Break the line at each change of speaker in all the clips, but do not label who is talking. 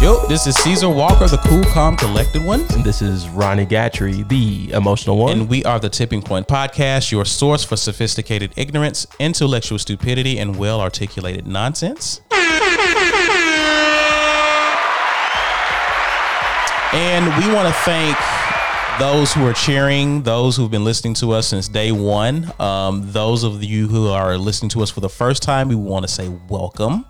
Yo, this is Caesar Walker, the cool, calm, collected one.
And this is Ronnie Gatry, the emotional one.
And we are the Tipping Point Podcast, your source for sophisticated ignorance, intellectual stupidity, and well articulated nonsense. And we want to thank those who are cheering, those who've been listening to us since day one, um, those of you who are listening to us for the first time, we want to say welcome.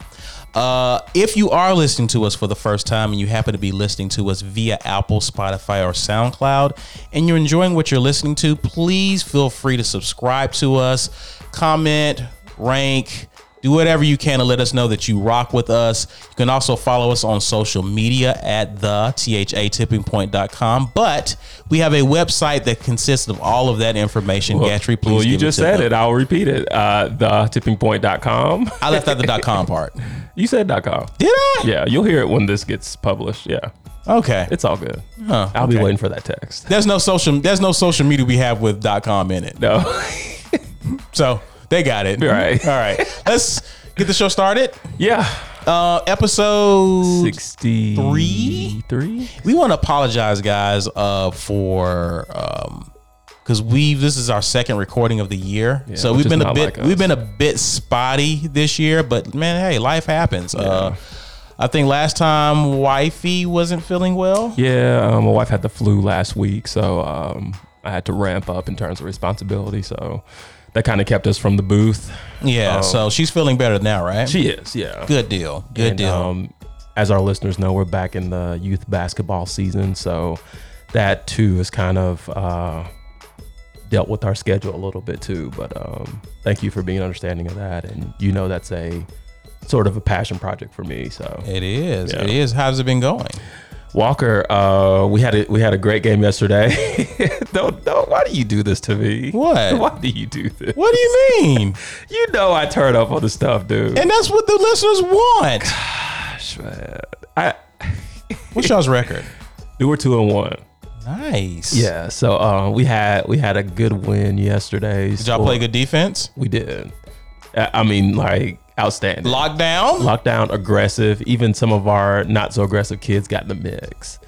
Uh, if you are listening to us for the first time and you happen to be listening to us via Apple, Spotify, or SoundCloud, and you're enjoying what you're listening to, please feel free to subscribe to us, comment, rank, do whatever you can to let us know that you rock with us. You can also follow us on social media at the THA tipping point.com. But we have a website that consists of all of that information. Gatry, please.
Well, you
give
just
to
said
the-
it. I'll repeat it. Uh, the tippingpoint.com.
I left out the dot com part.
You said dot .com.
Did I?
Yeah, you'll hear it when this gets published. Yeah,
Okay.
it's all good.
Huh,
I'll be
okay.
waiting for that text.
There's no social there's no social media we have with .com in it.
No,
So they got it.
all right.
All right. Let's get the show started.
yeah,
Uh episode
sixty
Three?
three.
we want to apologize guys uh for um because we this is our second recording of the year so
which
we've
is
been a
not
bit
like us.
we've been a bit spotty this year but man hey life happens uh i think last time wifey wasn't feeling well
Yeah, um, my wife had the flu last week, so um, I had to ramp up in terms of responsibility. So that kind of kept us from the booth.
yeah so she's feeling better now right
Oh. She is, yeah.
good deal good
And,
deal
Um, as our listeners know, we're back in the youth basketball season, so that too is kind of uh, dealt with our schedule a little bit too. But um, thank you for being understanding of that, and you know that's a sort of a passion project for me. So
it is
yeah.
it is how's it been going
Walker, uh, we had a, we had a great game yesterday. don't don't why do you do this to me?
What?
Why do you do this?
what do you mean
You know I turn up on the stuff, dude.
and that's what the listeners want
Gosh, man. I
what's y'all's record
we were two and one.
nice
Yeah, so um, we had we had a good win yesterday.
did y'all play good defense
We did. I I mean, like outstanding.
lockdown
Lockdown, aggressive. Even some of our not so aggressive kids got in the mix.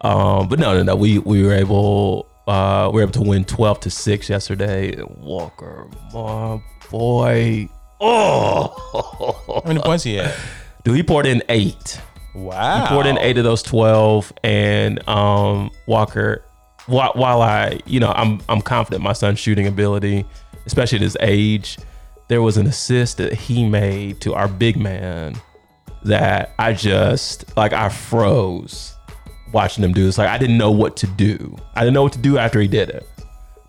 Um, but no, no, no. We we were able uh, we were able to win twelve to six yesterday. Walker, my boy. Oh,
How many points he had?
dude, he poured in eight.
Wow.
poured in eight of those twelve, and um, Walker. While, while I, you know, I'm I'm confident in my son's shooting ability, especially at his age. There was an assist that he made to our big man that I just like I froze watching him do this. Like I didn't know what to do. I didn't know what to do after he did it,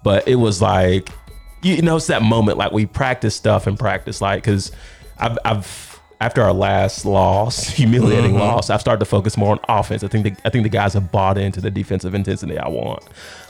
but it was like you know it's that moment like we practice stuff and practice like because I've, I've after our last loss, humiliating loss, I've started to focus more on offense. I think the, I think the guys have bought into the defensive intensity I want.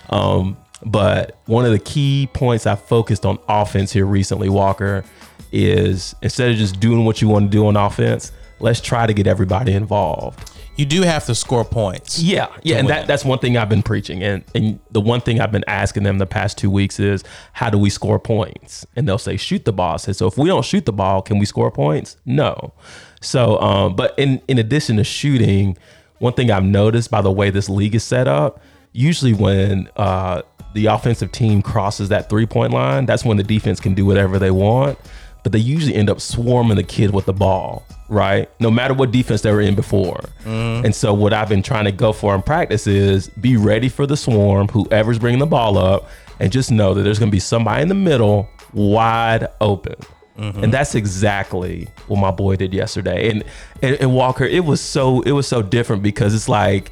Um, but one of the key points I focused on offense here recently, Walker, is instead of just doing what you want to do on offense, let's try to get everybody involved.
You do have to score points.
Yeah, yeah, and that, that's one thing I've been preaching, and and the one thing I've been asking them the past two weeks is how do we score points? And they'll say shoot the ball. I said, so if we don't shoot the ball, can we score points? No. So, um, but in in addition to shooting, one thing I've noticed by the way this league is set up, usually when uh, the offensive team crosses that three point line, that's when the defense can do whatever they want. But they usually end up swarming the kid with the ball, right? No matter what defense they were in before. And so, what I've been trying to go for in practice is be ready for the swarm, whoever's bringing the ball up, and just know that there's going to be somebody in the middle wide open. And that's exactly what my boy did yesterday. And, and and Walker, it was so it was so different because it's like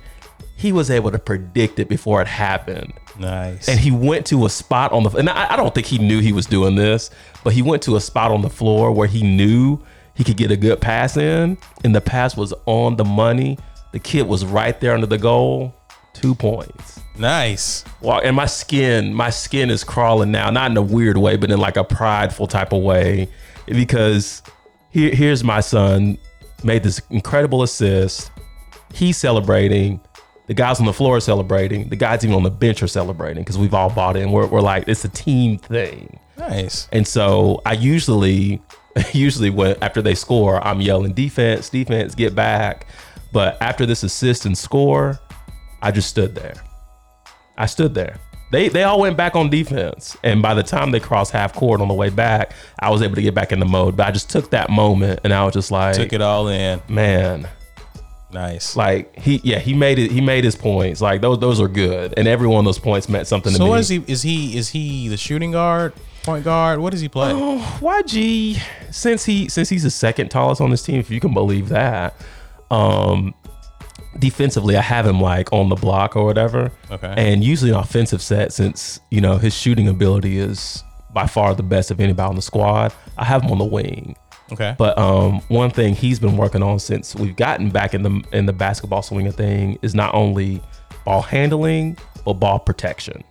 he was able to predict it before it happened.
Nice.
And he went to a spot on the and I, I don't think he knew he was doing this, but he went to a spot on the floor where he knew he could get a good pass in, and the pass was on the money. The kid was right there under the goal, two points.
nice.
Wow, and my skin, my skin is crawling now, not in a weird way, but in like a prideful type of way, because here, here's my son made this incredible assist. He's celebrating. The guys on the floor are celebrating. The guys even on the bench are celebrating because we've all bought in. We're, we're like, it's a team thing.
Nice.
And so I usually, usually when after they score, I'm yelling defense, defense, get back. But after this assist and score, I just stood there. I stood there. They they all went back on defense, and by the time they crossed half court on the way back, I was able to get back in the mode. But I just took that moment, and I was just like,
Took it all in.
man,
Nice.
like he yeah he made it. He made his points. Like those those are good, and every one of those points meant something to
so
me.
what is he? Is he? Is he the shooting guard, point guard? What does he play?
Oh, YG, since he since he's the second tallest on this team, if you can believe that. Um defensively I have him like on the block or whatever.
Okay.
And usually an offensive set since, you know, his shooting ability is by far the best of anybody on the squad. I have him on the wing.
Okay.
But um, one thing he's been working on since we've gotten back in the in the basketball swing of thing is not only ball handling but ball protection.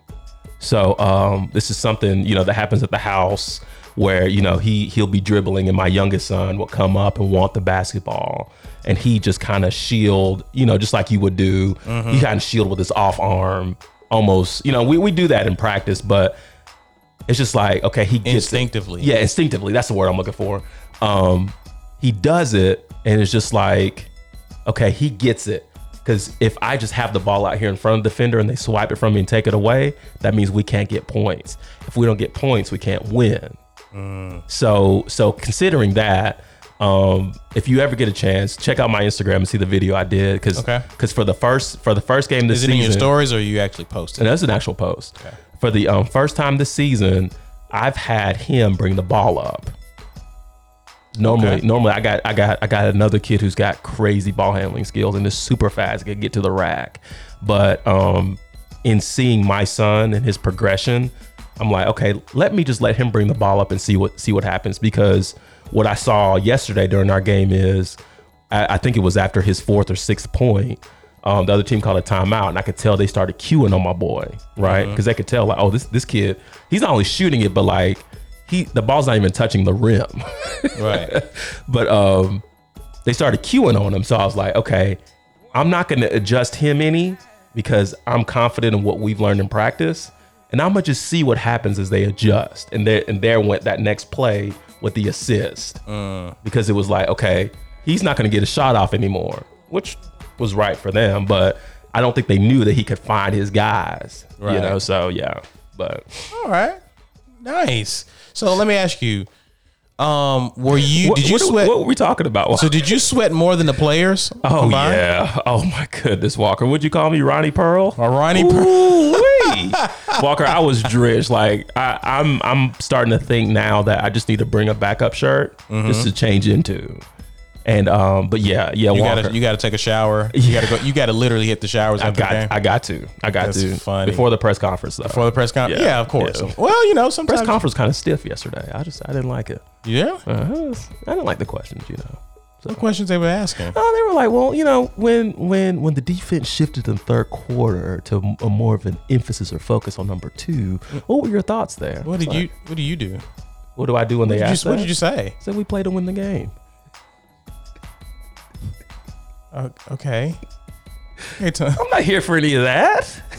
So um, this is something you know that happens at the house where you know he he'll be dribbling and my youngest son will come up and want the basketball and he just kind of shield you know just like you would do he kind of shield with his off arm almost you know we, we do that in practice but it's just like okay he gets it.
Instinctively.
Yeah, instinctively. That's the word I'm looking for. Um, he does it, and it's just like, okay, he gets it. Because if I just have the ball out here in front of the defender and they swipe it from me and take it away, that means we can't get points. If we don't get points, we can't win.
Mm.
So, so considering that, um, if you ever get a chance, check out my Instagram and see the video I did. Because,
Okay.
for the first for the first game this
Is it
season,
in your stories or you actually post
and
it?
that's an actual post. For the um, first time this season, I've had him bring the ball up. Normally,
Okay.
normally I got I got I got another kid who's got crazy ball handling skills and is super fast, can get to the rack. But um, in seeing my son and his progression, I'm like, okay, let me just let him bring the ball up and see what see what happens because what I saw yesterday during our game is I, I think it was after his fourth or sixth point. Um, the other team called a timeout, and I could tell they started queuing on my boy, right? Because they could tell like, oh, this this kid, he's not only shooting it, but like he the ball's not even touching the rim.
Right.
but um, they started queuing on him, so I was like, okay, I'm not going to adjust him any because I'm confident in what we've learned in practice, and I'm gonna just see what happens as they adjust. And there and there went that next play with the assist
Uh.
because it was like, okay, he's not going to get a shot off anymore, which was right for them. But I don't think they knew that he could find his guys, you
Right.
know. So yeah, but
All right. Nice. So let me ask you. Um, were you?
what,
did you
what-
sweat?
What were we talking about?
so did you sweat more than the players?
oh
combined?
yeah, oh my goodness, Walker, would you call me Ronnie Pearl?
Or Uh, Ronnie. Per-
Ooh-wee. Walker, I was drenched. Like I, I'm, I'm starting to think now that I just need to bring a backup shirt
Mm-hmm.
just to change into. And um, but yeah, yeah,
You
Walker.
gotta, you gotta take a shower. You gotta go. You gotta literally hit the showers
I
after the game
got, I got to, I got
That's
to
funny.
before the press conference though.
for the press conference.
Yeah.
Yeah, of course.
Yeah.
Well, you know, sometimes.
press conference kind of stiff yesterday. I just, I didn't like it.
yeah,
Uh, I didn't like the questions, you know.
the questions they were asking.
Oh, they were like, well, you know, when when when the defense shifted in third quarter to a more of an emphasis or focus on number two, what were your thoughts there?
What
It's
did
like,
you? What do you do?
What do I do when they
Did you-
ask?
what
that?
did you say?
Said we play to win the game.
Uh, okay. Okay. Tom.
I'm not here for any of that.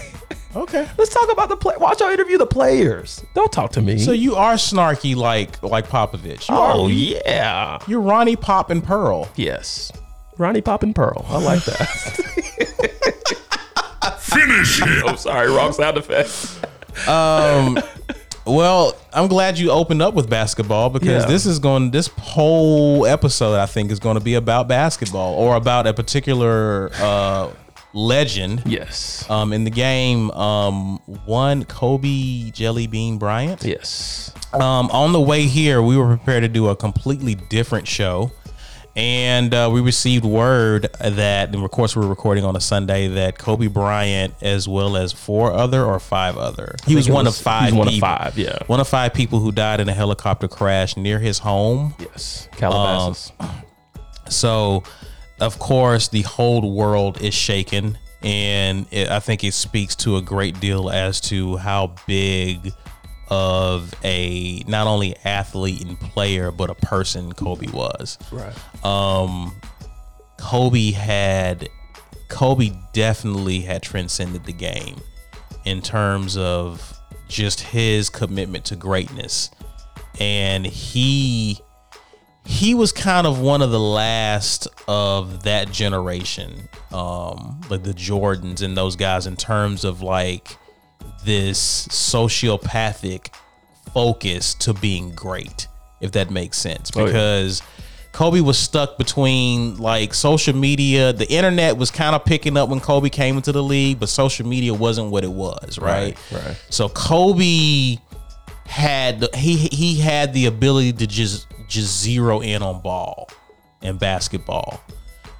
Okay.
Let's talk about the play. Watch y'all interview the players. Don't talk to me.
So you are snarky like like Popovich. You
oh
are,
yeah,
you're Ronnie Pop and Pearl.
yes. Ronnie Pop and Pearl. I like that. Finish it. I'm sorry, wrong sound effect.
Um, well, I'm glad you opened up with basketball because
Yeah.
this is going. This whole episode, I think, is going to be about basketball or about a particular uh, legend
Yes.
um, in the game. Um, one Kobe Jelly Bean Bryant.
yes.
Um, on the way here, we were prepared to do a completely different show. And uh, we received word that, and of course, we were recording on a Sunday, that Kobe Bryant, as well as four other or five other, he was
it
one
was-
of five.
he was one of
people-
five, yeah.
one of five people who died in a helicopter crash near his home.
Yes. Um, Calabasas.
So, of course, the whole world is shaken, and it, I think it speaks to a great deal as to how big of a not only athlete and player but a person Kobe was.
right.
Kobe had Kobe definitely had transcended the game in terms of just his commitment to greatness. And he he was kind of one of the last of that generation, um, like the Jordans and those guys, in terms of like this sociopathic focus to being great, if that makes sense.
yeah.
Because Kobe was stuck between like social media, the internet was kind of picking up when Kobe came into the league, but social media wasn't what it was, right?
Right, right.
So Kobe had the- he he had the ability to just just zero in on ball and basketball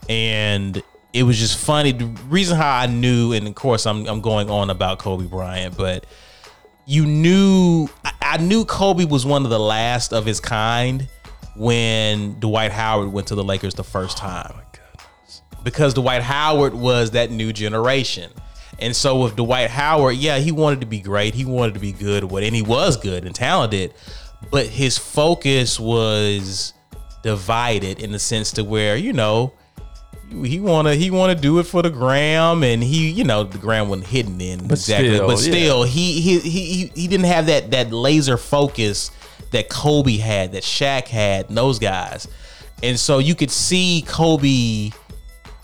and it was just funny the reason how i knew and of course i'm, I'm going on about kobe bryant but you knew I, I knew kobe was one of the last of his kind when dwight howard went to the lakers the first time because Dwight Howard was that new generation. And so with Dwight Howard, yeah, he wanted to be great. He wanted to be good, what and he was good and talented, but his focus was divided in the sense to where, you know, he wanna he wanna do it for the gram and he, you know, the gram wasn't hidden in exactly.
still,
but
yeah.
still he, he he he he didn't have that that laser focus that Kobe had, that Shaq had, and those guys. And so you could see Kobe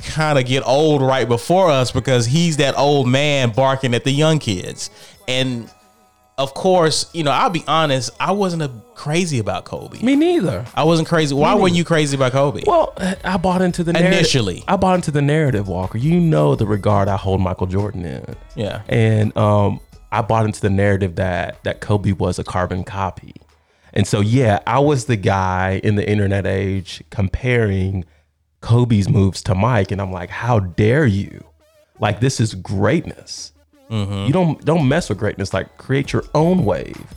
kind of get old right before us because he's that old man barking at the young kids. And of course, you know, I'll be honest, I wasn't a, crazy about Kobe.
Me neither.
I wasn't crazy. Why weren't you crazy about Kobe?
Well, I bought into the narrative.
Initially.
I bought into the narrative, Walker. You know the regard I hold Michael Jordan in.
Yeah.
And um, I bought into the narrative that that Kobe was a carbon copy. And so yeah, I was the guy in the internet age comparing Kobe's moves to Mike, and I'm like, how dare you? Like this is greatness. You don't don't mess with greatness. Like create your own wave.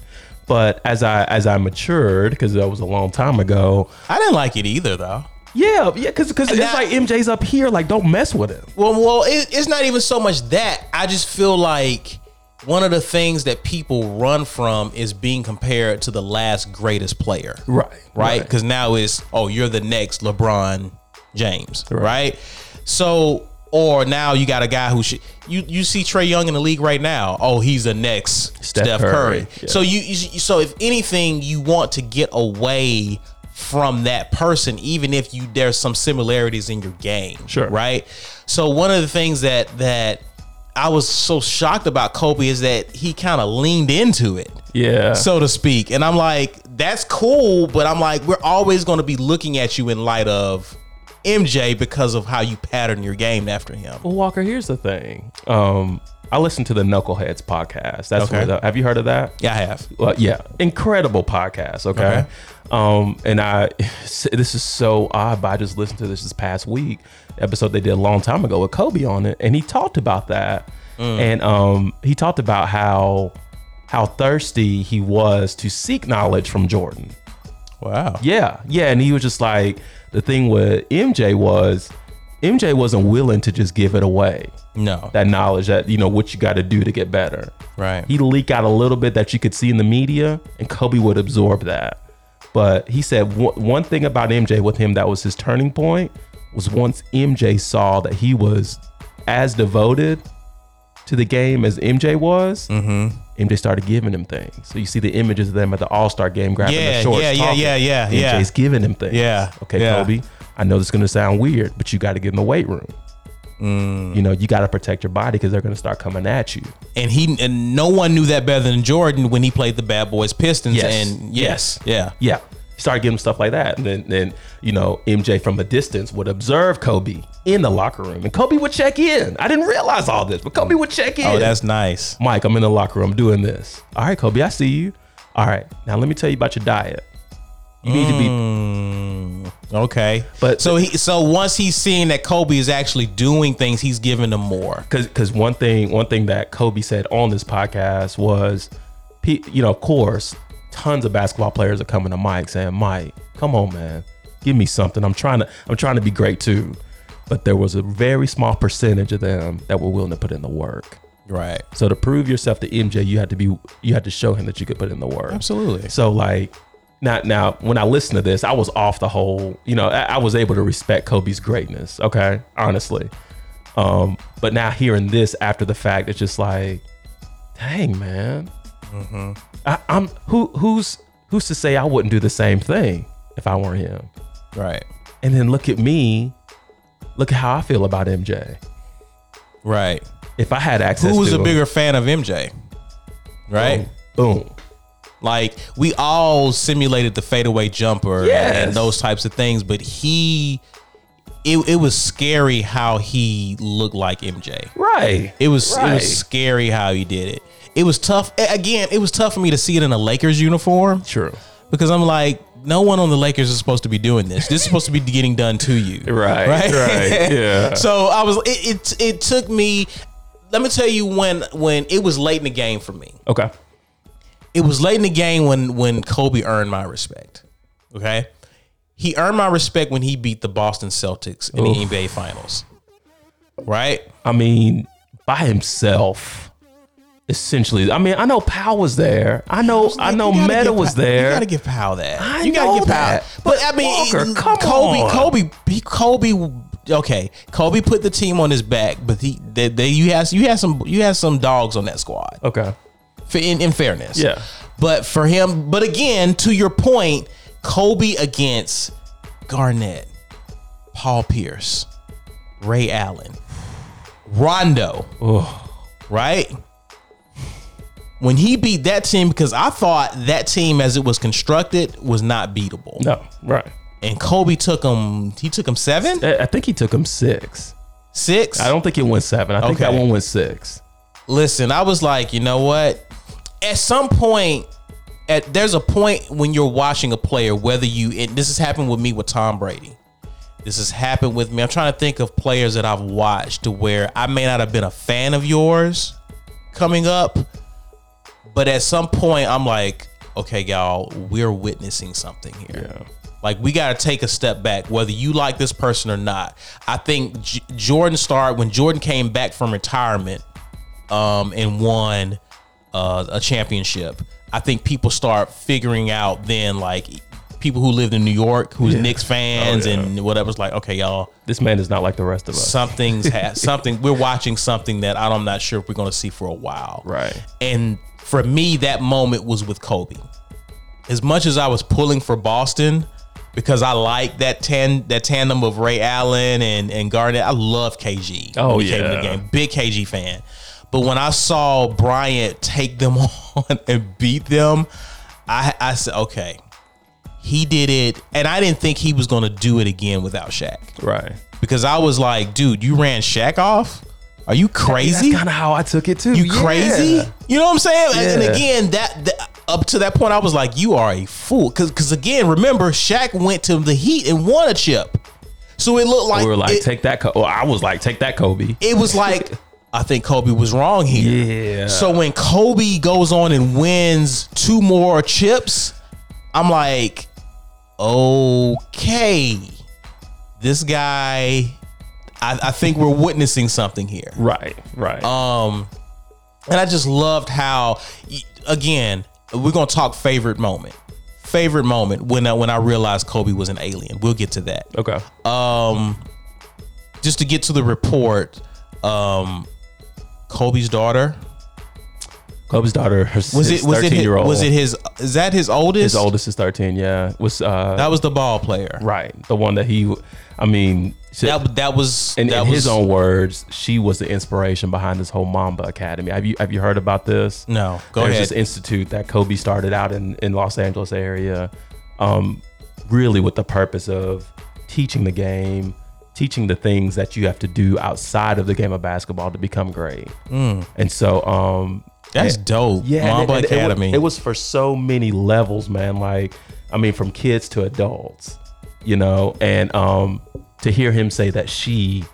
But as I as I matured, because that was a long time ago,
I didn't like it either, though.
yeah, yeah, because because it's
that-
like MJ's up here, like don't mess with him.
Well, well, it, it's not even so much that. I just feel like one of the things that people run from is being compared to the last greatest player. right? Because now it's oh, you're the next LeBron James, right? So, or now you got a guy who should you you see Trey Young in the league right now. Oh, he's the next Steph,
Steph
Curry.
Curry, yeah.
So you, you so if anything, you want to get away from that person, even if you there's some similarities in your game,
Sure.
right? So one of the things that that I was so shocked about Kobe is that he kind of leaned into it
Yeah.
so to speak. And I'm like, that's cool, but I'm like, we're always going to be looking at you in light of MJ because of how you pattern your game after him.
Well, Walker, here's the thing. Um, I listened to the Knuckleheads podcast. That's
Okay.
where the, have you heard of that?
Yeah, I have.
Well, yeah, incredible podcast. Okay,
Okay.
um, and I this is so odd, but I just listened to this this past week episode they did a long time ago with Kobe on it, and he talked about that,
Mm.
and um, he talked about how how thirsty he was to seek knowledge from Jordan.
Wow.
Yeah, yeah, and he was just like the thing with MJ was MJ wasn't willing to just give it away
No.
that knowledge that you know what you got to do to get better.
right.
He leaked out a little bit that you could see in the media, and Kobe would absorb that. But he said one, one thing about MJ with him that was his turning point was once MJ saw that he was as devoted to the game as MJ was,
Mm-hmm.
MJ started giving him things. So you see the images of them at the All Star game grabbing
Yeah,
the shorts.
yeah, yeah,
talking.
yeah, yeah,
MJ's
yeah.
giving him things.
Yeah,
Okay,
yeah.
Kobe, I know this is going to sound weird, but you got to get in the weight room.
Mm.
You know, you got to protect your body because they're going to start coming at you.
And he and no one knew that better than Jordan when he played the Bad Boys Pistons.
Yes.
And yes, yeah.
Yeah. He started giving him stuff like that. And then, then, you know, MJ from a distance would observe Kobe in the locker room. And Kobe would check in. I didn't realize all this, but Kobe would check in.
Oh, that's nice.
Mike, I'm in the locker room doing this. All right, Kobe, I see you. All right. Now let me tell you about your diet. You need to be
Okay.
But-
so he so once he's seeing that Kobe is actually doing things, he's giving them more.
because because one thing one thing that Kobe said on this podcast was, pe- you know, of course, tons of basketball players are coming to Mike saying, Mike, come on, man, give me something. I'm trying to I'm trying to be great too, but there was a very small percentage of them that were willing to put in the work.
Right.
So to prove yourself to MJ, you had to be you had to show him that you could put in the work.
Absolutely.
So like not now when I listened to this, I was off the whole, you know, I, I was able to respect Kobe's greatness, okay? Honestly. Um, but now hearing this after the fact, it's just like, dang
Mm-hmm.
man. I, I'm who who's who's to say I wouldn't do the same thing? if I weren't him.
Right.
And then look at me. Look at how I feel about MJ.
Right.
If I had access
Who was
to
a
him,
bigger fan of MJ? Right.
Oh. boom.
Like we all simulated the fadeaway jumper
Yes.
and those types of things, but he, it, it was scary how he looked like MJ.
Right.
It was it
Right.
was scary how he did it. It was tough. A- Again, it was tough for me to see it in a Lakers uniform
True.
because I'm like, no one on the Lakers is supposed to be doing this. This is supposed to be getting done to you,
Right. Right. Yeah.
so I was. It, it it took me. Let me tell you when when it was late in the game for me.
okay.
It was late in the game when when Kobe earned my respect. Okay, he earned my respect when he beat the Boston Celtics in
Oof.
the NBA Finals. Right.
I mean, by himself, essentially. I mean, I know Powell was there. I know. I
You
know
gotta
Meta
give
was
Pow-
there.
You gotta give Powell that.
I
you
know
gotta give Powell.
that.
But,
But
I mean,
Walker,
it-
come
Kobe,
on.
Kobe, he, Kobe. Okay, Kobe put the team on his back, but he, they, they, you had, you had some, you had some dogs on that squad.
okay.
For, in, in fairness,
Yeah.
But for him, but again, to your point, Kobe against Garnett, Paul Pierce, Ray Allen, Rondo,
Oh,
right? When he beat that team, because I thought that team as it was constructed was not beatable.
no. Right.
And Kobe took him, he took him seven,
I I think he took him six.
six.
I don't think it went seven. I think
Okay.
that one went six.
Listen, I was like, you know what? At some point, at there's a point when you're watching a player, whether you, and this has happened with me with Tom Brady. This has happened with me. I'm trying to think of players that I've watched to where I may not have been a fan of yours coming up, but at some point I'm like, okay, y'all, we're witnessing something here. Like we got to take a step back, whether you like this person or not. I think J- Jordan started when Jordan came back from retirement um, and won uh, a championship. I think people start figuring out then, like people who lived in New York, who's Knicks fans
Oh, yeah.
and whatever's like, okay, y'all,
This man is not like the rest of us.
something's ha- something. We're watching something that I'm not sure if we're going to see for a while.
Right.
And for me, that moment was with Kobe. As much as I was pulling for Boston, because I like that tan that tandem of Ray Allen and and Garnett. I love KG.
Oh,
he came to the
yeah.
game. big KG fan. But when I saw Bryant take them on and beat them, I I said okay. He did it, and I didn't think he was going to do it again without Shaq
Right.
because I was like, dude, you ran Shaq off? Are you
That's
crazy?
kind of how I took it too.
You
Yeah.
crazy? You know what I'm saying? And, and
Yeah.
again, that, that up to that point, I was like, you are a fool. Because again, remember, Shaq went to the Heat and won a chip, so it looked like
We were like,
it,
take that. Co- well, I was like, take that, Kobe.
it was like I think Kobe was wrong here.
Yeah.
So when Kobe goes on and wins two more chips, I'm like, okay, this guy. I, I think we're witnessing something here.
Right. Right.
Um, and I just loved how, again, we're gonna talk favorite moment. Favorite moment when I, when I realized Kobe was an alien. We'll get to that.
okay.
Just to get to the report, um, Kobe's daughter
Kobe's daughter. Her,
was it
his
was it his,
year old.
was it his is that his oldest?
His oldest is thirteen. Yeah. Was uh
That was the ball player.
right the one that he. I mean. she-
That that was
in,
that
in
was,
his own words, she was the inspiration behind this whole Mamba Academy. Have you have you heard about this?
No, go
There's
ahead.
this institute that Kobe started out in in Los Angeles area, um, really with the purpose of teaching the game, teaching the things that you have to do outside of the game of basketball to become great.
Mm.
And so, um,
That's dope.
yeah, and
Mamba
it- and it wa-
Academy.
It, was for so many levels, man. Like, I mean, from kids to adults, you know. And um, to hear him say that she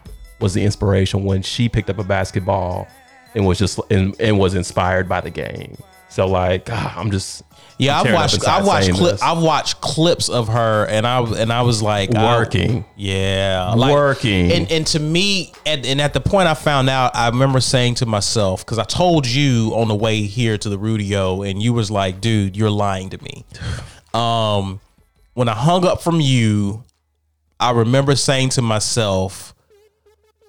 was the inspiration when she picked up a basketball and was just and, and was inspired by the game. So like, ah, I'm just
yeah, I've
I'm tearing up
watched
inside
I've watched
saying
clip,
this.
I've watched clips of her and I and I was like I-
working,
yeah,
working.
And and to me, and, and at the point I found out, I remember saying to myself because I told you on the way here to the Rudio, and you was like, "Dude, you're lying to me." Um, when I hung up from you, I remember saying to myself,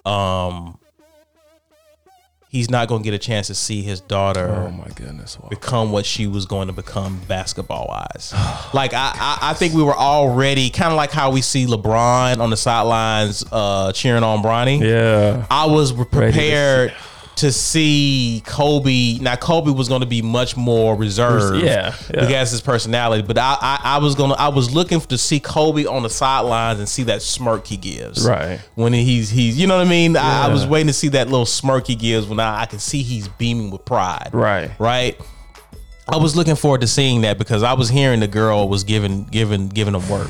um, he's not going to get a chance to see his daughter
Oh my goodness! Wow.
become what she was going to become basketball wise. like I, I, I think we were already kind of like how we see LeBron on the sidelines uh, cheering on Bronny.
Yeah.
I was prepared
see-
to see Kobe. Now Kobe was going to be much more reserved,
Yeah, yeah.
because his personality. But I, I, I was gonna, I was looking to see Kobe on the sidelines and see that smirk he gives,
Right.
When he's he's, you know what I mean. I, I was
Yeah.
waiting to see that little smirk he gives when I, I can see he's beaming with pride,
Right.
Right. I was looking forward to seeing that because I was hearing the girl was giving giving giving him work.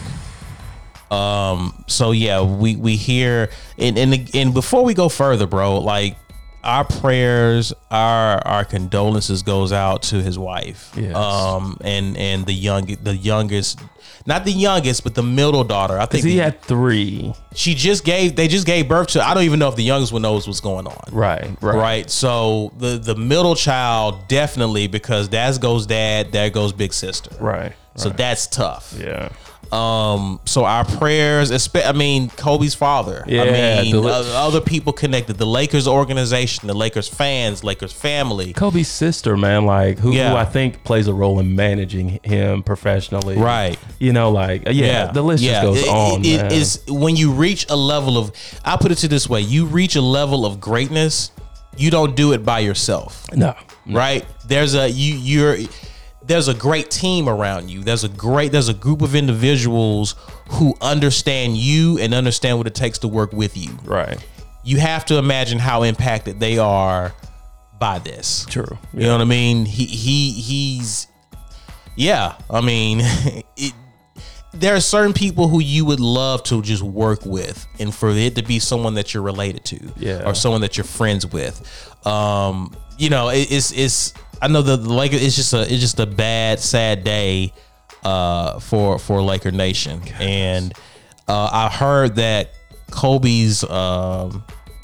Um. So yeah, we we hear and and and before we go further, bro, like our prayers, our our condolences goes out to his wife.
Yes.
Um. And and the young the youngest, not the youngest, but the middle daughter. I think
He had three.
she just gave they just gave birth to. I don't even know if the youngest one knows what's going on
Right. Right.
right? So the the middle child definitely because that goes dad, there goes big sister.
Right.
So that's tough.
Yeah.
Um. So our prayers, espe- I mean, Kobe's father.
Yeah,
I mean,
the La-
o- other people connected, the Lakers organization, the Lakers fans, Lakers family.
Kobe's sister, man, like who,
Yeah.
who I think plays a role in managing him professionally.
Right.
You know, like yeah, the list
yeah.
just goes
It- it-
on.
it
man.
is- when you reach a level of, I put it to this way: you reach a level of greatness, you don't do it by yourself.
no.
right there's a you you're there's a great team around you there's a great there's a group of individuals who understand you and understand what it takes to work with you
Right.
you have to imagine how impacted they are by this
True.
you know what i mean he he he's yeah i mean it, there are certain people who you would love to just work with and for it to be someone that you're related to
Yeah.
or someone that you're friends with um you know it, it's it's i know the, the Lakers. it's just a it's just a bad sad day uh for for laker nation and uh i heard that kobe's um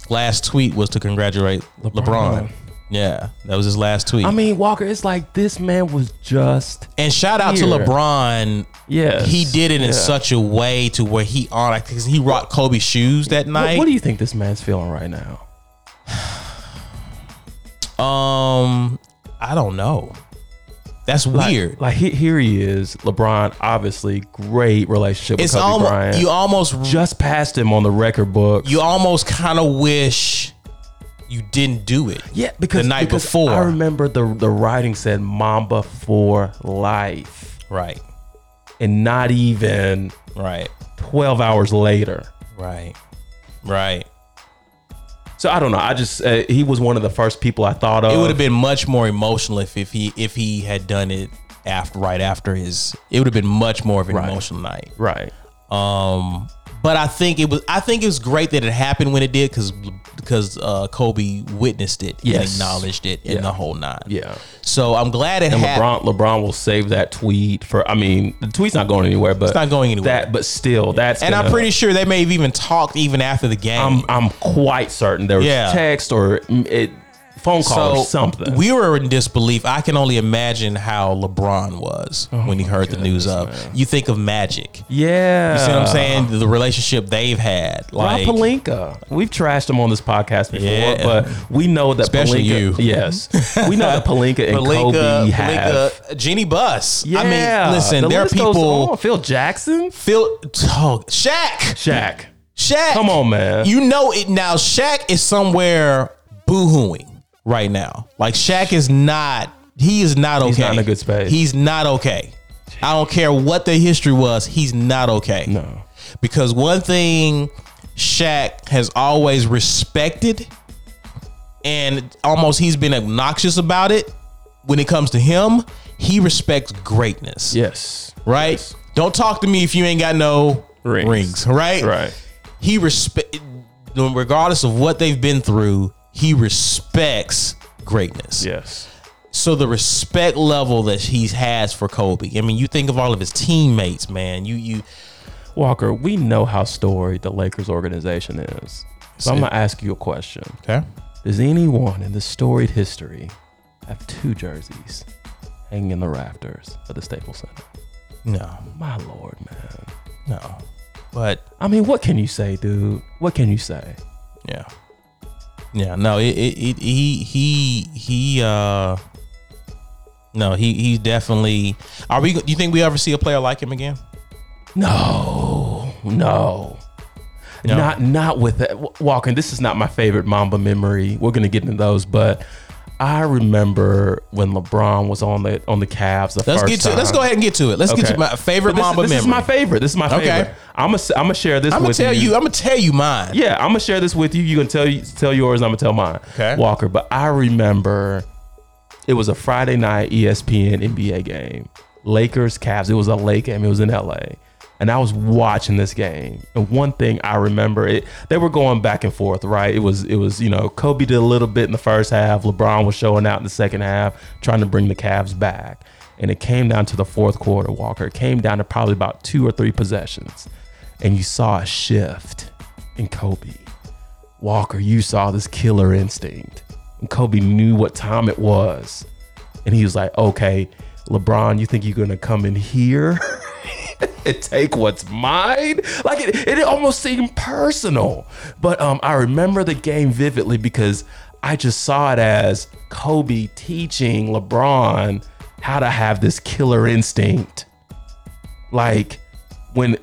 last tweet was to congratulate lebron, yeah that was his last tweet
I mean, Walker, it's like this man was just
and shout out
Here.
to LeBron.
Yes.
he did it in
Yeah.
such a way to where he on because he rocked Kobe's shoes that
what,
night.
what do you think this man's feeling right now?
um, I don't know. That's
Like-
weird.
Like he, here he is, LeBron, obviously great relationship
it's
with Kobe
almost
Bryant.
you almost
just passed him on the record book.
you almost kind of wish you didn't do it.
yeah, because
the night
because
before.
I remember the the writing said Mamba for life.
Right.
And not even
Right.
12 hours later.
Right. Right.
So I don't know. I just uh, he was one of the first people I thought of.
It would have been much more emotional if, if he if he had done it after right after his. It would have been much more of an emotional night.
right.
Um, but I think it was I think it was great that it happened when it did because because uh, Kobe witnessed it and
Yes.
acknowledged it in the whole nine.
Yeah.
So I'm glad it happened.
LeBron LeBron will save that tweet for. I mean, the tweet's not going anywhere, but it's
not going anywhere.
That, but still, that's
And I'm
gonna-
pretty sure they may have even talked even after the game.
I'm I'm quite certain there was
Yeah.
text or mm, it, phone call
so
or something.
we were in disbelief. I can only imagine how LeBron was
Oh
when he heard the news of. You think of Magic.
yeah,
You see what I'm saying? The relationship they've had,
Rob
like
Palinka, we've trashed him on this podcast before,
Yeah.
but we know that
Especially you.
Pelinka, Yes, we know that Palinka and
Palinka,
Kobe have.
Palinka, Jeannie Buss.
Yeah,
I mean, listen,
the
there are
list goes
people.
on. Phil Jackson,
Phil, oh, Shaq,
Shaq.
Shaq.
Come on, man.
You know it now. Shaq is somewhere boohooing right now. Like Shaq is not. He is not okay. He's
not in a good space.
He's not okay. I don't care what the history was. He's not okay.
No.
Because one thing Shaq has always respected, and almost he's been obnoxious about it. When it comes to him, he respects greatness
Yes.
right? Don't talk to me if you ain't got no
Rings.
rings, right?
Right.
He respect, regardless of what they've been through, he respects greatness.
Yes.
So the respect level that he has for Kobe. I mean, you think of all of his teammates, man. You you
Walker, we know how storied the Lakers organization is. So I'm going to ask you a question.
okay?
Does anyone in the storied history have two jerseys hanging in the rafters of the Staples Center?
No,
My lord, man.
no, but
I mean, what can you say, dude? What can you say?
yeah, Yeah, no, it, it, it he he he uh no, he he definitely are we do you think we ever see a player like him again?
No, no. Not not with that. W- Walking, this is not my favorite Mamba memory. We're gonna get into those, but I remember when LeBron was on the on the Cavs. The
Let's
first
get to
time.
let's go ahead and get to it. Let's get
Okay.
to my favorite
But this,
Mamba
this
memory.
is my favorite. This is my
Okay.
favorite. I'm gonna I'm gonna share this
I'm gonna
with
tell you, I'm gonna tell you mine.
Yeah, I'm gonna share this with you. You can tell you tell yours. I'm gonna tell mine.
Okay.
Walker. But I remember it was a Friday night E ESPN NBA game. Lakers Cavs. It was a late game. It was in LA, and I was watching this game. And one thing I remember it. They were going back and forth. Right. It was it was you know Kobe did a little bit in the first half. LeBron was showing out in the second half, trying to bring the Cavs back. And it came down to the fourth quarter. Walker. It came down to probably about two or three possessions, and you saw a shift in Kobe. Walker, you saw this killer instinct. And Kobe knew what time it was. And he was like, okay, LeBron, you think you're going to come in here and take what's mine? Like it, it almost seemed personal. But um, I remember the game vividly because I just saw it as Kobe teaching LeBron how to have this killer instinct like when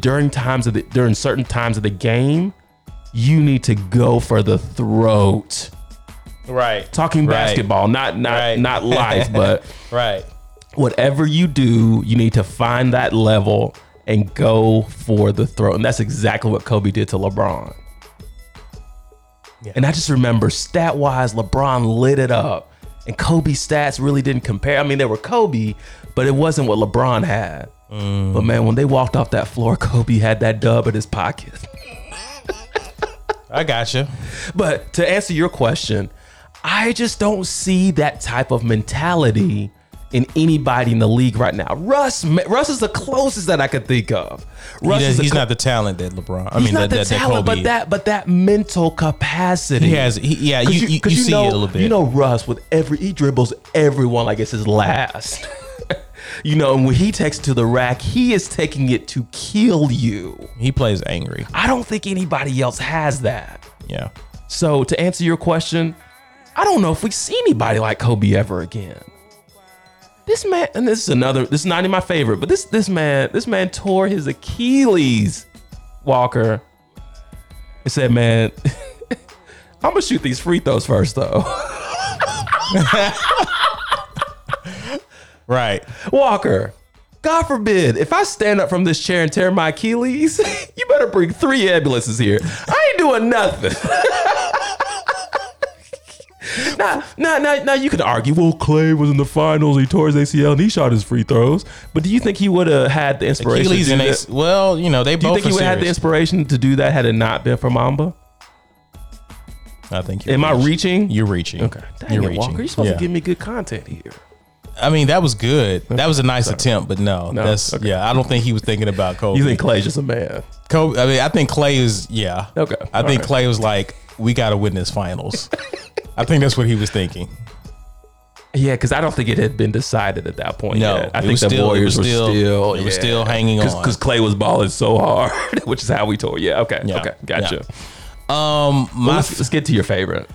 during times of the during certain times of the game you need to go for the throat
Right.
talking
Right.
basketball not not
Right.
not life but
Right.
whatever you do you need to find that level and go for the throat and that's exactly what kobe did to lebron and i just remember stat wise lebron lit it up and kobe's stats really didn't compare i mean they were kobe but it wasn't what lebron had
Mm.
but man when they walked off that floor kobe had that dub in his pocket
I gotcha.
But to answer your question, I just don't see that type of mentality in anybody in the league right now. Russ, Russ is the closest that I could think of.
He
Russ
does-
is the
he's
cl-
not the talent that LeBron. I
he's
mean,
not
that,
the
that, that
talent,
Kobe.
but
is.
that but that mental capacity.
he has. He, yeah, you
'Cause
you, you,
'cause
see
know,
it a little bit.
You know, Russ with every he dribbles everyone like it's his last. you know, and when he takes it to the rack, he is taking it to kill you.
he plays angry.
I don't think anybody else has that.
Yeah.
So to answer your question, I don't know if we see anybody like Kobe ever again. This man, and this is another. This is not in my favorite, but this this man, this man tore his Achilles. Walker. It said, "Man, I'm gonna shoot these free throws first, though."
Right.
Walker. God forbid, if I stand up from this chair and tear my Achilles, you better bring three ambulances here. I ain't doing nothing. now, now, now, now, you can argue, well, Clay was in the finals, he tore his ACL, and he shot his free throws. But do you think he would have had the inspiration?
Achilles
to
and
do that?
Ace. Well, you know they
Do you
both.
think he
are
would have had the
serious.
inspiration to do that had it not been for Mamba?
I think. You're
Am I reaching?
You're reaching.
okay. Dang
you're
it,
reaching.
Walker, you're supposed
Yeah.
to give me good content here.
I mean, that was good. That was a nice attempt, but no, that's
Okay.
yeah. I don't think he was thinking about Kobe.
You think Clay's just a man?
Kobe? I mean, I think Clay is yeah.
Okay.
I
All
think
right.
Clay was like, we got to win this finals. I think that's what he was thinking.
Yeah, because I don't think it had been decided at that point.
No,
yet. I
it
think
was
the
still- it was
Warriors were
still-
still,
it was still hanging on.
because Clay was balling so hard, which is how we told. Yeah, okay,
Yeah,
okay, gotcha.
yeah. Um, my
Well, let's, let's get to your favorite.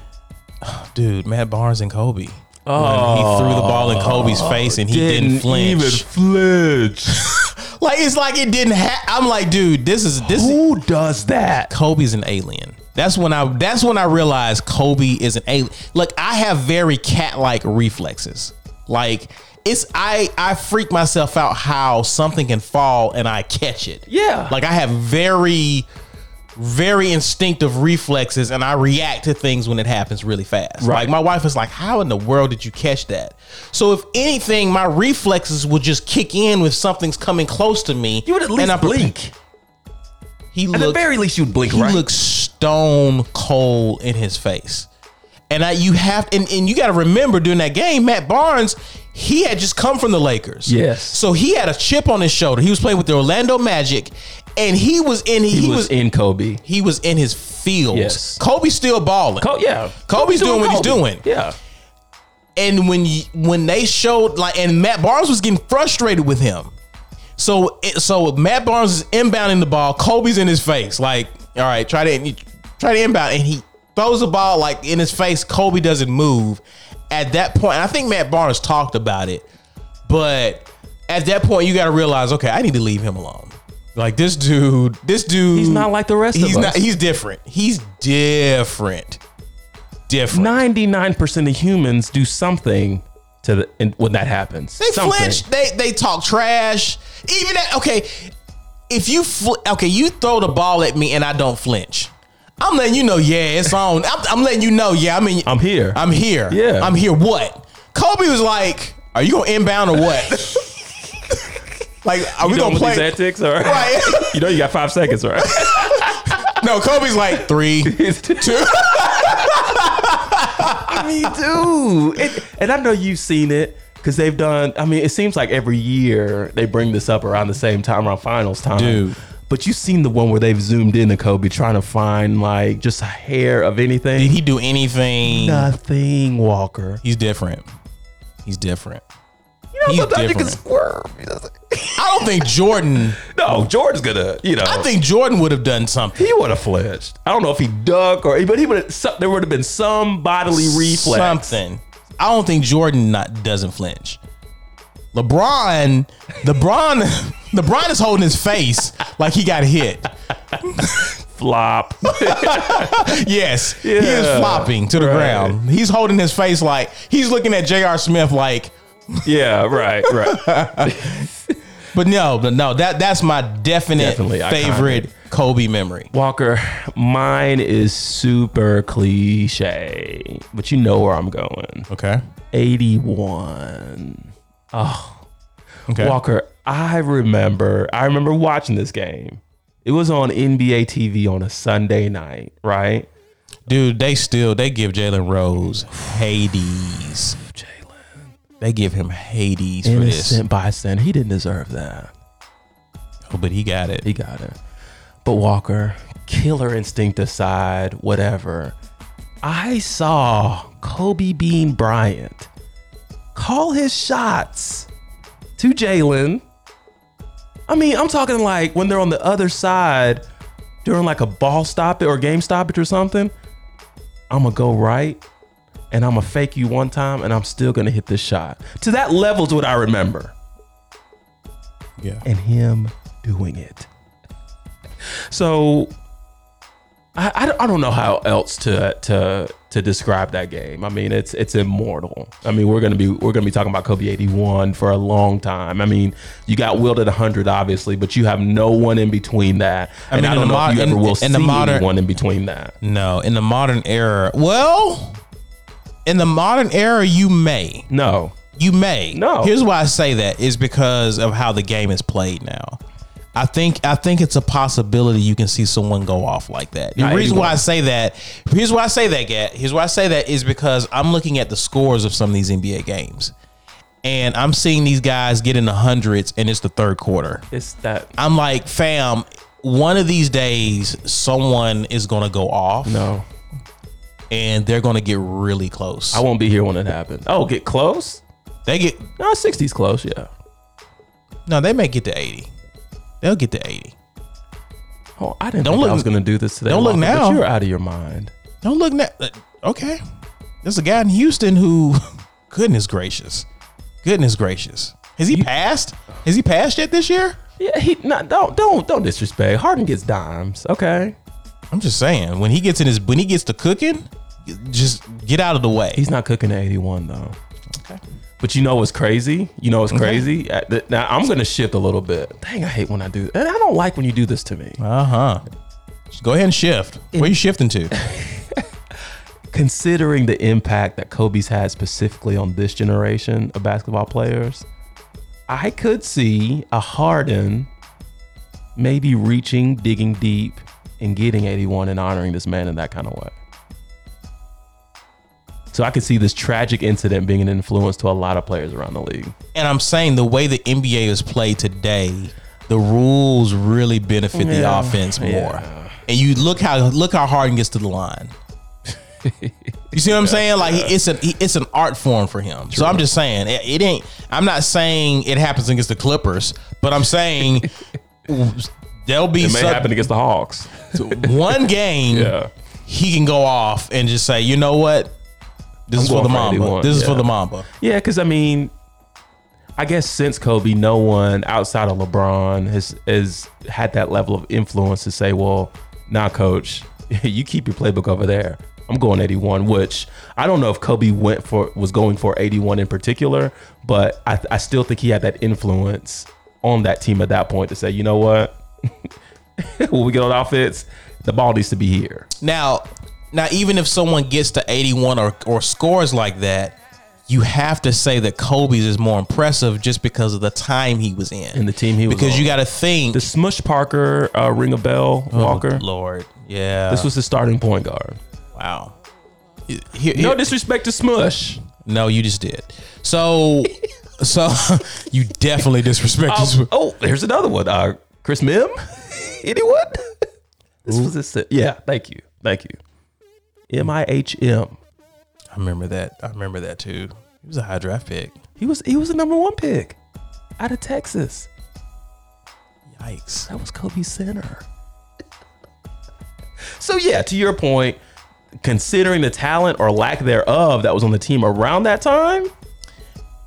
dude, Matt Barnes and Kobe. Oh, he threw the ball in Kobe's face and he didn't, flinch.
even flinch.
Like it's like it didn't. Ha- I'm like, dude, this is this. is-
Who does that?
Kobe's an alien. That's when I. That's when I realized Kobe is an alien. Look, I have very cat-like reflexes. Like it's I. I freak myself out how something can fall and I catch it.
Yeah.
Like I have very, very instinctive reflexes and I react to things when it happens really fast.
Right.
Like my wife is like, "How in the world did you catch that?" So if anything, my reflexes will just kick in if something's coming close to me.
You would at least
I'm-
blink.
He
At the
looked
very least, you'd blink.
he
right?
looks stone cold in his face. And I, you have, and, and you got to remember during that game, Matt Barnes, he had just come from the Lakers.
Yes.
So he had a chip on his shoulder. He was playing with the Orlando Magic, and he was in. He,
he, was,
was.
in Kobe.
he was in his fields.
Yes.
Kobe's still balling.
Kobe, yeah,
Kobe's doing what he's doing.
Yeah,
and when you, when they showed like, and Matt Barnes was getting frustrated with him. So it- so Matt Barnes is inbounding the ball. Kobe's in his face, like, all right, try to try to inbound, and he throws the ball like in his face. Kobe doesn't move. At that point, and I think Matt Barnes talked about it, but at that point, you got to realize, okay, I need to leave him alone. Like this dude, this dude,
He's not like the rest of
he's
us.
Not, he's different. He's different. Different.
99% of humans do something to the and when that happens.
They
Something.
flinch. They they talk trash. Even at, okay, if you fl- okay, you throw the ball at me and I don't flinch. I'm letting you know, yeah, it's on. I'm, I'm letting you know, yeah. I mean,
I'm here.
I'm here.
Yeah.
I'm here. What? Kobe was like, "Are you gonna inbound or what? like, are we
you
gonna
done with these
play?"
antics or
Right.
you know you got five seconds, right?
no, Kobe's like three, two.
I mean, dude, it, and I know you've seen it because they've done. I mean, it seems like every year they bring this up around the same time, around finals time.
Dude.
But you've seen the one where they've zoomed in to Kobe trying to find like just a hair of anything.
Did he do anything?
Nothing, Walker.
He's different. He's different.
You know,
He's
sometimes you can
different.
squirm.
I don't think Jordan.
no, Jordan's gonna. You know,
I think Jordan would have done something.
he would have flinched. I don't know if he ducked or, but he would. have. There would have been some bodily reflex.
Something. I don't think Jordan not doesn't flinch. LeBron, LeBron, LeBron is holding his face like he got hit.
Flop.
Yes, he is
Yeah.
flopping to the
Right.
ground. He's holding his face like he's looking at J.R. Smith like.
yeah. Right. Right.
But no, but no, that that's my definite
Definitely iconic.
favorite Kobe memory.
Walker, mine is super cliche, but you know where I'm going.
Okay.
81.
Okay.
Walker, I remember, I remember watching this game. It was on NBA TV on a Sunday night, right?
Dude, they still they give Jalen Rose Hades.
Jalen,
They give him Hades for this.
innocent bystander. He didn't deserve that.
Oh, but he got it.
He got it. But Walker, killer instinct aside, whatever. I saw Kobe Bean Bryant call his shots to Jalen. I mean, I'm talking like when they're on the other side during like a ball stoppage or game stoppage or something. I'm gonna go right and I'm gonna fake you one time and I'm still gonna hit this shot. To that level is what I remember
Yeah.
and him doing it. So I, I, don't- I don't know how else to to to describe that game. I mean, it's it's immortal. I mean, we're gonna be we're gonna be talking about Kobe eighty one for a long time. I mean, you got Wilt at hundred, obviously, but you have no one in between that. and
mean,
I
in
don't
the
know if
mod-
you ever
in-
will
in the
see
modern-
anyone in between that.
No, in the modern era, well, in the modern era, you may,
No,
you may.
No.
here's why I say that is because of how the game is played now. I think I think it's a possibility you can see someone go off like that. The
Nah,
reason why I
anyone.
say that, here's why I say that, Gat. Here's why I say that is because I'm looking at the scores of some of these NBA games, and I'm seeing these guys get in the hundreds, and it's the third quarter.
it's that.
I'm like, fam, one of these days, someone is gonna go off
No,
and they're gonna get really close.
I won't be here when it happens. Oh, get close?
they get
No, sixties close. Yeah.
no, they may get to eighty. They'll get to eighty.
Oh, I didn't.
Don't
think
look-
I was gonna do this today.
don't look
Walker, but
now.
You're out of your mind.
Don't look now. Okay, there's a guy in Houston who, goodness gracious, goodness gracious, has he passed? Has he passed yet this year?
Yeah, he not don't don't don't disrespect. Harden gets dimes. Okay,
I'm just saying, when he gets in his when he gets to cooking, just get out of the way.
he's not cooking at eighty one though. But you know what's crazy? You know what's crazy? Uh, th- Now I'm gonna shift a little bit. Dang, I hate when I do, and I don't like when you do this to me.
Uh huh. Go ahead and shift. Where you shifting to?
Considering the impact that Kobe's had specifically on this generation of basketball players, I could see a Harden maybe reaching, digging deep, and getting 81 and honoring this man in that kind of way. So I could see this tragic incident being an influence to a lot of players around the league.
And I'm saying the way the NBA is played today, the rules really benefit the
Yeah.
offense more.
Yeah.
And you look how look how Harden gets to the line. You see what I'm saying? Like he- it's an he- it's an art form for him. So I'm just saying it, it ain't. I'm not saying it happens against the Clippers, but I'm saying there'll be
It may
some-
happen against the Hawks.
one game
Yeah.
he can go off and just say, you know what? This is for
going
the
for
Mamba.
81,
This is for
yeah.
the Mamba.
Yeah, because I mean, I guess since Kobe, no one outside of LeBron has has had that level of influence to say, "Well, now, coach, you keep your playbook over there. I'm going 81." Which I don't know if Kobe went for was going for 81 in particular, but I, I still think he had that influence on that team at that point to say, "You know what? when we get on offense, the ball needs to be here."
Now, now even if someone gets to 81 or or scores like that, you have to say that Kobe's is more impressive just because of the time he was in
And the team he was
because
on.
you got to think.
The Smush Parker, uh, Ring a Bell, Walker.
Lord, yeah,
This was the starting point guard.
wow. Here-
No
here-
disrespect to Smush.
no, you just did. So, so you definitely disrespect. this.
Um, oh, there's another one. Uh, Chris Mim. Anyone? this was a si- yeah. Thank you. Thank you. M I H M.
I remember that. I remember that too. He was a high draft pick.
He was he was the number one pick out of Texas.
Yikes.
That was Kobe Center. so yeah, to your point, considering the talent or lack thereof that was on the team around that time,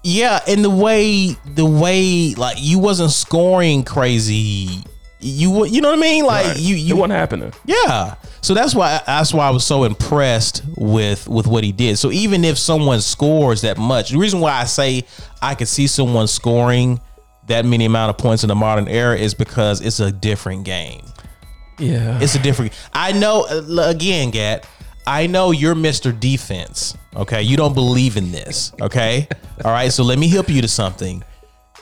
Yeah, and the way the way like you wasn't scoring crazy. You wa- you know what I mean? Like you
it
you
wasn't happening.
Yeah. So that's why that's why I was so impressed with with what he did. So even if someone scores that much, the reason why I say I could see someone scoring that many amount of points in the modern era is because it's a different game.
Yeah.
It's a different. I know uh, again, Gat. I know you're Mr. Defense. Okay, you don't believe in this. Okay, all right. So let me help you to something.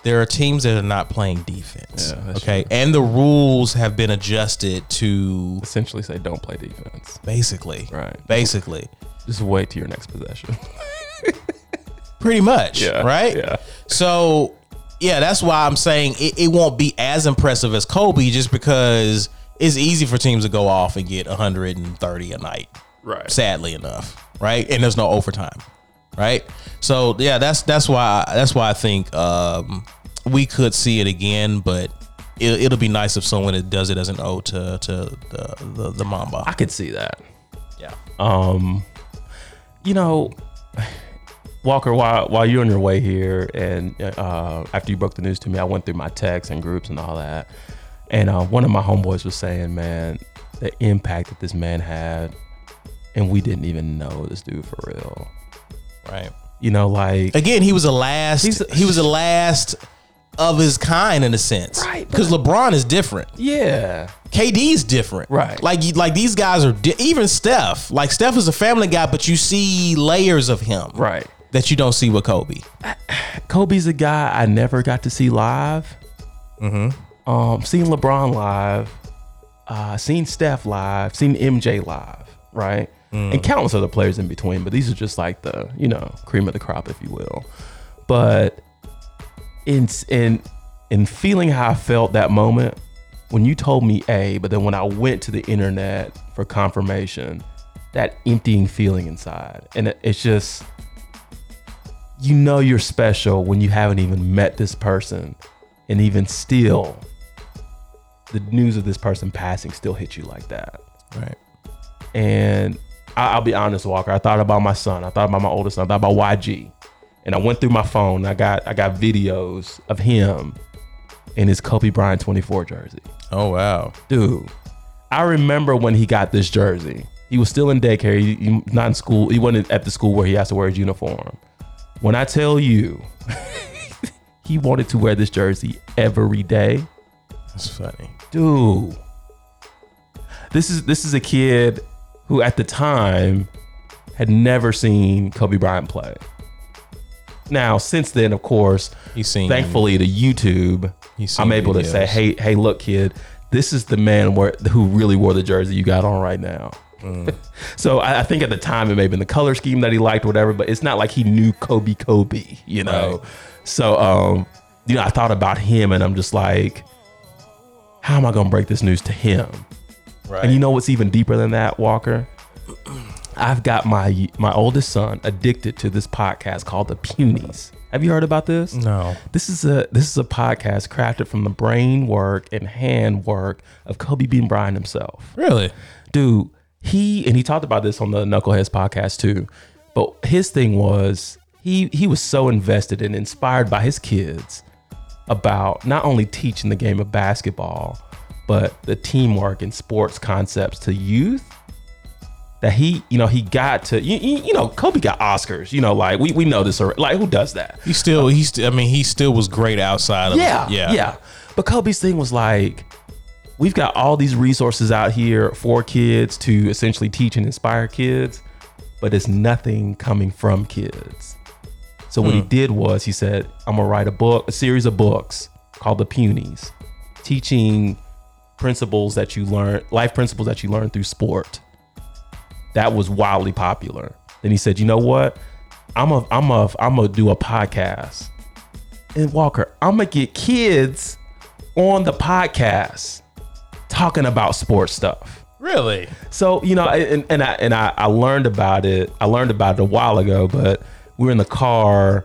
There are teams that are not playing defense.
Yeah, that's
okay, and the rules have been adjusted to
essentially say don't play defense.
basically,
Right.
Basically,
Just wait to your next possession.
pretty much.
Yeah,
Right.
yeah.
So yeah, that's why I'm saying it, it won't be as impressive as Kobe, just because it's easy for teams to go off and get 130 a night.
Right.
sadly enough, right? And there's no overtime, right? So yeah, that's that's why that's why I think um, we could see it again, but it, it'll be nice if someone that does it doesn't owe to to the the, the
I
Mamba.
could see that.
Yeah,
Um, you know, Walker, while while you're on your way here, and uh, after you broke the news to me, I went through my texts and groups and all that, and uh, one of my homeboys was saying, "Man, the impact that this man had, and we didn't even know this dude for real."
right.
You know, like
Again, he was the last.
He's-
he was the last of his kind in a sense,
Right,
Because LeBron is different.
yeah,
KD's different,
Right.
Like you- like these guys are di- even Steph. Like Steph is a family guy, but you see layers of him,
right.
That you don't see with Kobe.
Kobe's a guy I never got to see live. Um, seen LeBron live, uh, seen Steph live, seen MJ live, right? And countless other players in between, but these are just like the you know cream of the crop, if you will. But in in in feeling how I felt that moment when you told me A, but then when I went to the internet for confirmation, that emptying feeling inside, and it, it's just you know you're special when you haven't even met this person and even still the news of this person passing still hits you like that
Right.
and I, i'll be honest walker i thought about my son i thought about my oldest son i thought about yg and i went through my phone and i got i got videos of him in his kobe bryant 24 jersey
Oh wow.
dude i remember when he got this jersey he was still in daycare he, he not in school he wasn't at the school where he has to wear his uniform when i tell you he wanted to wear this jersey every day
That's funny.
dude this is this is a kid who at the time had never seen kobe bryant play now since then of course
He's seen.
thankfully to YouTube,
He's seen
I'm able to say,
videos.
"Hey, hey, look, kid, this is the man where, who really wore the jersey you got on right now."
Mm.
so I, I think at the time it may have been the color scheme that he liked, whatever. But it's not like he knew Kobe, Kobe, you know. So, um, you know, I thought about him, and I'm just like, "How am I going to break this news to him?"
Right.
And you know what's even deeper than that, Walker? I've got my my oldest son addicted to this podcast called The Punies. Have you heard about this?
No.
This is a this is a podcast crafted from the brain work and hand work of Kobe Bean Bryant himself.
Really?
Dude, he and he talked about this on the Knuckleheads podcast too. But his thing was he he was so invested and inspired by his kids about not only teaching the game of basketball, but the teamwork and sports concepts to youth that he, you know, he got to, you, you, you know, Kobe got Oscars, you know, like we, we know this already. Like who does that?
He still, he's. I mean, he still was great outside of.
Yeah,
yeah,
yeah, But Kobe's thing was like, we've got all these resources out here for kids to essentially teach and inspire kids, but it's nothing coming from kids. So what he did was he said, I'm gonna write a book, a series of books called The Punies, teaching principles that you learn, life principles that you learn through sport. That was wildly popular. Then he said, you know what? I'm a I'm a I'm gonna do a podcast and Walker, I'm gonna get kids on the podcast talking about sports stuff.
Really?
So you know, and, and I and I, I learned about it. I learned about it a while ago, but we were in the car,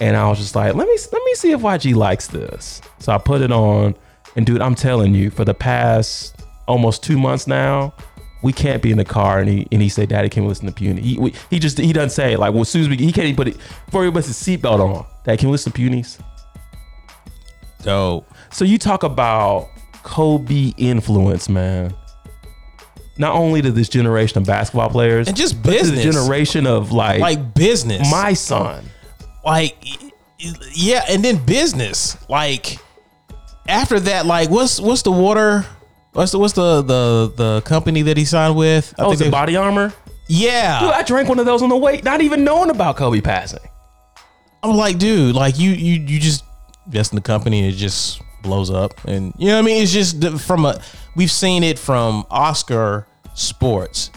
and I was just like, let me let me see if YG likes this. So I put it on, and dude, I'm telling you, for the past almost two months now. We can't be in the car, and he and he say, "Daddy, can we listen to Puny?" He, we, he just he doesn't say it. Like, well, as soon as we he can't even put it. Before he puts his seatbelt on, Dad, can we listen to Punies?
Dope.
So you talk about Kobe influence, man. Not only to this generation of basketball players,
And just
to the
business,
generation of like,
like business.
my son.
like y- y- yeah and then business like after that like what's what's the water what's the what's the the, the company that he signed with I
Oh, is it
they-
body armor? Dude,
yeah
I drank one of those on the way, not even knowing about Kobe passing.
i'm like dude like you you you just invest in the company and it just blows up and you know what i mean it's just the- from a we've seen it from oscar sports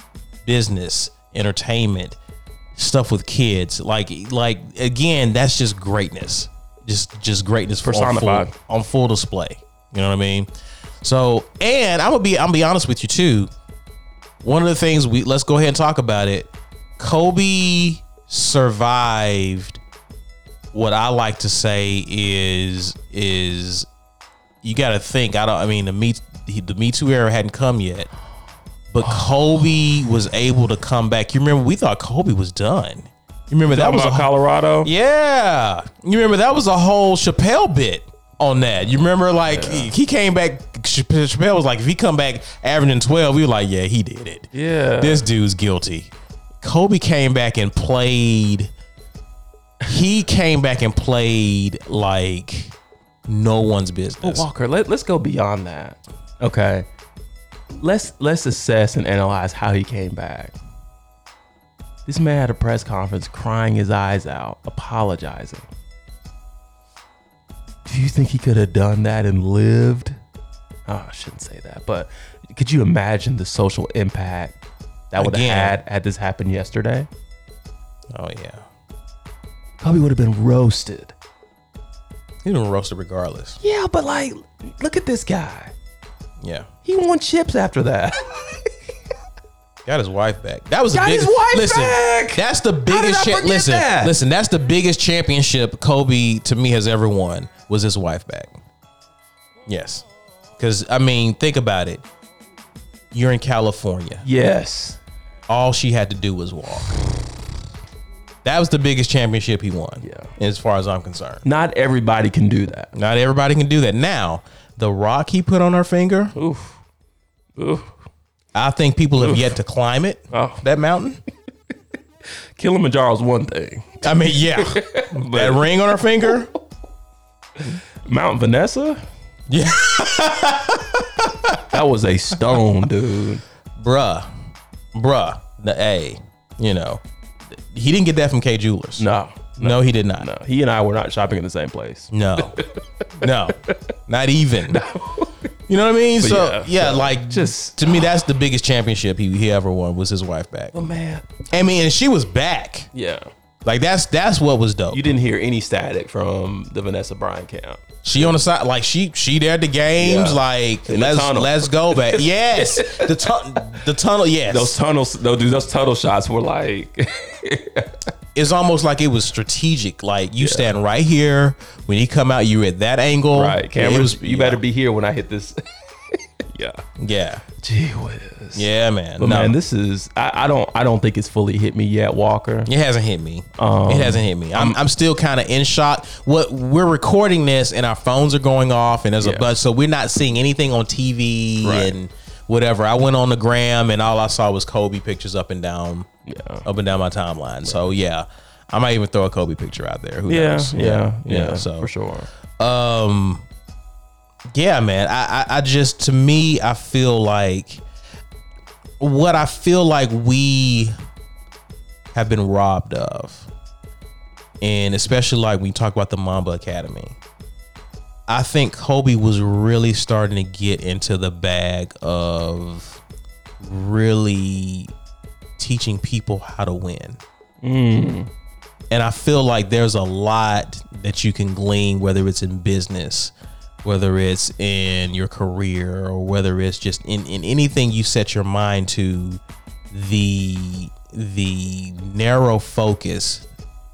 business entertainment stuff with kids like like again that's just greatness just just greatness for on
Personified.
full, on full display you know what i mean so and i'm gonna be i'm gonna be honest with you too one of the things we let's go ahead and talk about it kobe survived what i like to say is is you gotta think i don't i mean the me he- the me too era hadn't come yet but Kobe was able to come back. You remember we thought Kobe was done. You remember that was a whole,
Colorado.
yeah. You remember that was a whole Chappelle bit on that. You remember like he, he came back. Chapp- Chappelle was like, if he come back averaging twelve, we were like, yeah, he did it.
Yeah.
This dude's guilty. Kobe came back and played. He came back and played like no one's business.
Walker, let, let's go beyond that. Okay. Let's let's assess and analyze how he came back. This man had a press conference crying his eyes out, apologizing. Do you think he could have done that and lived? Oh, I shouldn't say that, but could you imagine the social impact that would have
Again.
had had this happened yesterday?
Oh yeah,
Kobe would have been roasted.
he didn't roast it regardless.
Yeah, but like, look at this guy.
Yeah.
He won chips after that.
Got his wife back. That was
Got
the
his
biggest.
wife
listen,
back!
that's the
did I
biggest. Cha-
forget
listen,
that?
listen, that's the biggest championship Kobe to me has ever won. Was his wife back? Yes, because I mean, think about it. You're in California.
yes.
All she had to do was walk. That was the biggest championship he won.
Yeah.
as far as I'm concerned.
Not everybody can do that.
Not everybody can do that. Now, the rock he put on her finger,
Oof. Oof.
I think people have yet to climb it.
Oh.
That mountain.
Kilimanjaro is one thing.
I mean, yeah, that ring on her finger.
Mount Vanessa?
Yeah.
That was a stone, dude.
bruh, bruh, the A, you know, he didn't get that from K Jewelers.
No.
no, he did not. No,
He and I were not shopping in the same place.
no, not even. You know what I mean? so
yeah,
yeah, like
just-
just to me, that's the biggest championship he, he ever won was his wife back.
Oh man.
I mean, and she was back.
Yeah.
Like that's that's what was dope.
You didn't hear any static from the Vanessa Bryan camp.
She on the side, like she she there at the games.
Yeah.
Like
the
let's
tunnel.
let's go back. Yes, the tu- the tunnel. Yes,
Those tunnels, those dude, those tunnel shots were like,
it's almost like it was strategic. Like you stand right here when you come out, you at that angle.
right,
It was-
cameras, you better be here when I hit this. yeah.
Yeah.
Gee whiz.
Yeah, man.
But
no,
man, this is I, I don't I don't think it's fully hit me yet, Walker.
it hasn't hit me.
Um,
it hasn't hit me. I'm, I'm still kind of in shock. What we're recording this and our phones are going off and there's
Yeah.
a buzz, so we're not seeing anything on TV
Right.
and whatever. I went on the gram and all I saw was Kobe pictures up and down,
Yeah.
up and down my timeline. So yeah, I might even throw a Kobe picture out there. Who
Yeah,
knows?
yeah, yeah,
So
for sure.
um yeah man I, I i just to me i feel like what i feel like we have been robbed of and especially like when you talk about the mamba academy i think kobe was really starting to get into the bag of really teaching people how to win and I feel like there's a lot that you can glean, whether it's in business, whether it's in your career, or whether it's just in, in anything you set your mind to, the the narrow focus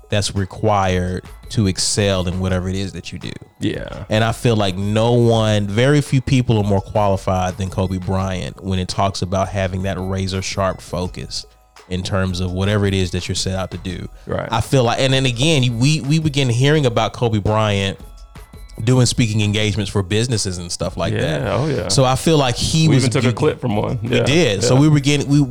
that's required to excel in whatever it is that you do.
Yeah.
And I feel like no one, very few people are more qualified than Kobe Bryant when it talks about having that razor sharp focus in terms of whatever it is that you're set out to do.
Right.
I feel like, and then again, we we begin hearing about Kobe Bryant doing speaking engagements for businesses and stuff like that.
Yeah, oh yeah.
So I feel like he
we
was
even took a
you-
clip from one.
we did. So we were getting we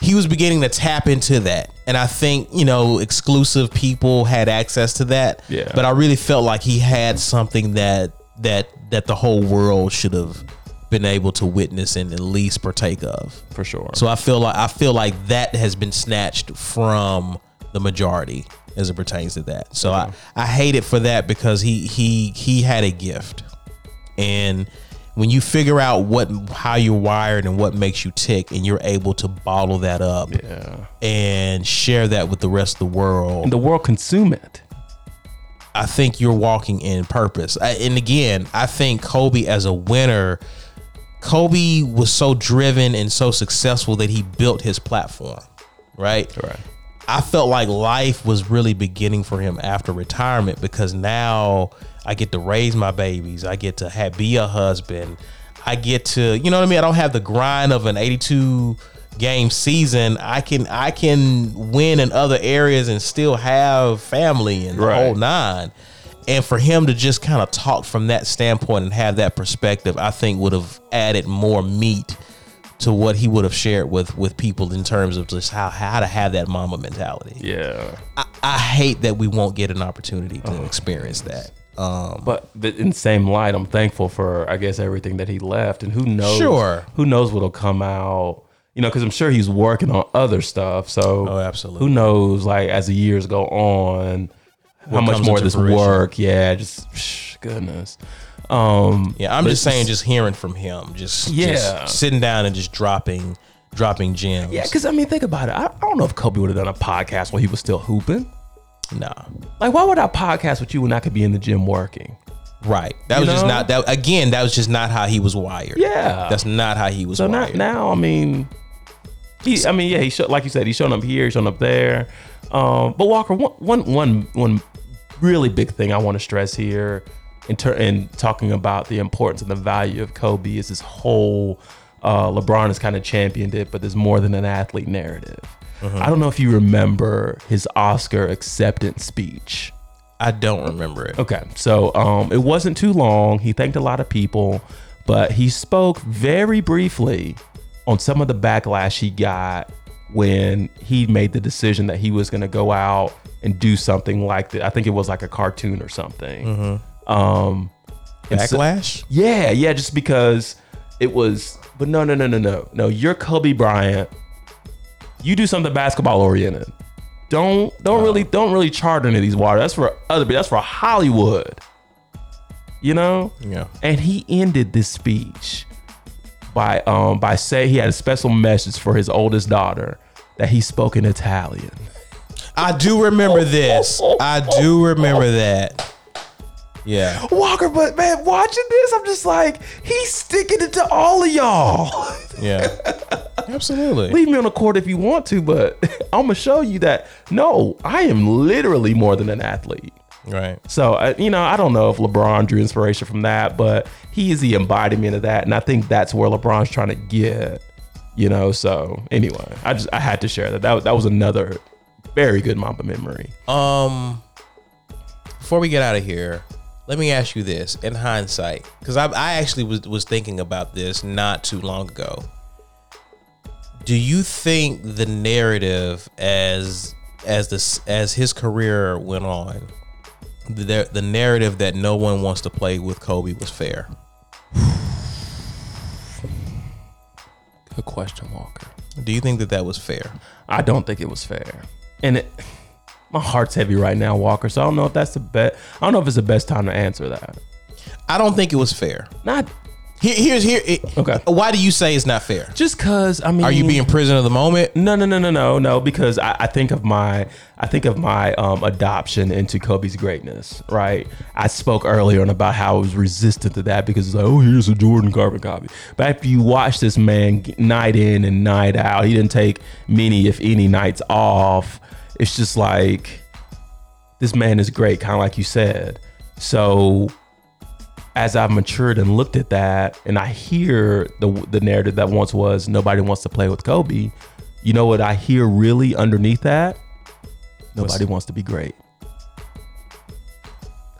he was beginning to tap into that. And I think, you know, exclusive people had access to that.
Yeah.
But I really felt like he had something that that that the whole world should have been able to witness and at least partake of.
for sure.
So I feel like I feel like that has been snatched from the majority as it pertains to that. So I I hate it for that because he he he had a gift, and when you figure out what how you're wired and what makes you tick, and you're able to bottle that up
yeah.
and share that with the rest of the world,
The world consume it.
I think you're walking in purpose. I, and again, I think Kobe as a winner. Kobe was so driven and so successful that he built his platform, right?
Right.
I felt like life was really beginning for him after retirement because now I get to raise my babies. I get to have, be a husband. I get to, you know what I mean? I don't have the grind of an 82 game season. I can I can win in other areas and still have family and the
Right.
whole nine. And for him to just kind of talk from that standpoint and have that perspective, I think would have added more meat to what he would have shared with with people in terms of just how how to have that mama mentality.
Yeah.
I, I hate that we won't get an opportunity
Oh.
to experience that. Um,
But the, in the same light, I'm thankful for I guess everything that he left, and who knows?
Sure.
Who knows what'll come out? You know, because I'm sure he's working on other stuff. So,
Oh, absolutely.
Who knows? Like as the years go on, how much
comes
more of
into
this
fruition.
work? Yeah, just psh, goodness. Um,
yeah, I'm
but
just
it's
saying, just hearing from him, just
Yeah.
just sitting down and just dropping dropping gems.
Yeah, because I mean, think about it. I, I don't know if Kobe would have done a podcast while he was still hooping.
nah,
Like, why would I podcast with you when I could be in the gym working?
right. That
You
was just
know?
not that. Again, that was just not how he was wired.
Yeah.
that's not how he was
so
wired.
not now. I mean, he. I mean, yeah. He showed, like you said, he's showing up here, he's showing up there. Um, but Walker, one, one, one, one really big thing I want to stress here, in ter- in talking about the importance and the value of Kobe is this whole. Uh, LeBron has kind of championed it, but there's more than an athlete narrative. I don't know if you remember his Oscar acceptance speech.
I don't remember it.
Okay, so um, it wasn't too long. He thanked a lot of people, but he spoke very briefly on some of the backlash he got when he made the decision that he was going to go out and do something like that. I think it was like a cartoon or something. Um, and so-
Backlash.
yeah, yeah, just because it was. But no, no, no, no, no, no. You're Kobe Bryant. You do something basketball oriented. Don't don't really don't really chart into these water. That's for other. That's for Hollywood. You know.
yeah,
And he ended this speech by um by saying he had a special message for his oldest daughter that he spoke in Italian.
I do remember this. I do remember that. Yeah.
Walker, but man, watching this, I'm just like he's sticking it to all of y'all.
Yeah. Absolutely.
leave me on the court if you want to, but I'm gonna show you that no, I am literally more than an athlete.
Right.
So, I- you know, I don't know if LeBron drew inspiration from that, but he is the embodiment of that. And I think that's where LeBron's trying to get, you know. So, anyway, I just, I had to share that. That, was- that was another very good Mamba memory.
Um, before we get out of here, let me ask you this in hindsight, because I, I actually was, was thinking about this not too long ago. Do you think the narrative as as this as his career went on, the the narrative that no one wants to play with Kobe was fair?
Good question, Walker.
Do you think that that was fair?
I don't think it was fair. And it, my heart's heavy right now, Walker. So I don't know if that's the best. I don't know if it's the best time to answer that.
I don't think it was fair.
Not
Here, here's here. It,
Okay. Mm.
Why do you say it's not fair?
just because. I mean,
Are you being prisoner of the moment?
No, no, no, no, no, no. Because I, I think of my, I think of my um, adoption into Kobe's greatness. Right. I spoke earlier on about how I was resistant to that because it's like, oh, here's a Jordan carbon copy. But after you watch this man g- night in and night out, he didn't take many, if any, nights off. It's just like this man is great, kind of like you said. So as I've matured and looked at that, and I hear the the narrative that once was nobody wants to play with Kobe. You know what I hear really underneath that? Nobody wants to be great.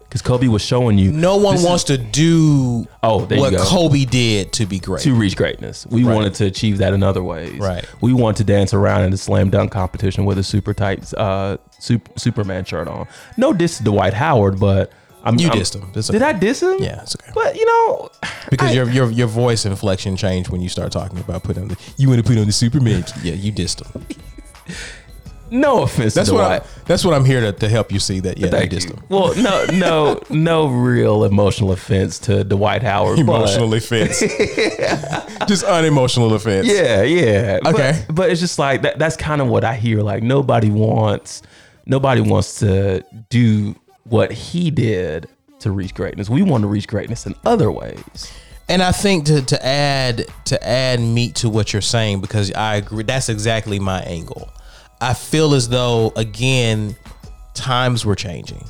Because Kobe was showing you
No one
this is-
wants to do
Oh, there you
what
go.
Kobe did to be great.
to reach greatness. We wanted to achieve that in other ways.
Right.
We wanted to dance around in a slam dunk competition with a super tight uh, sup- Superman shirt on. No diss to Dwight Howard, but I'm
you
I'm-
dissed him. It's
Did
okay.
I diss him?
Yeah, it's okay.
But you know,
Because
I-
your your your voice inflection changed when you start talking about putting on the you want to put on the Superman. yeah, you dissed him.
no offense.
That's
to
what
Dwight.
I, that's what I'm here to, to help you see that. Yeah,
Thank
you
you.
dissed him.
Well, no, no, no real emotional offense to Dwight Howard.
Emotional offense. Just unemotional offense.
But yeah, yeah. But-
Okay.
But, it's just like that, that's kind of what I hear. Like nobody wants, nobody wants to do what he did to reach greatness. We want to reach greatness in other ways.
And I think to, to add to add meat to what you're saying because I agree that's exactly my angle. I feel as though again times were changing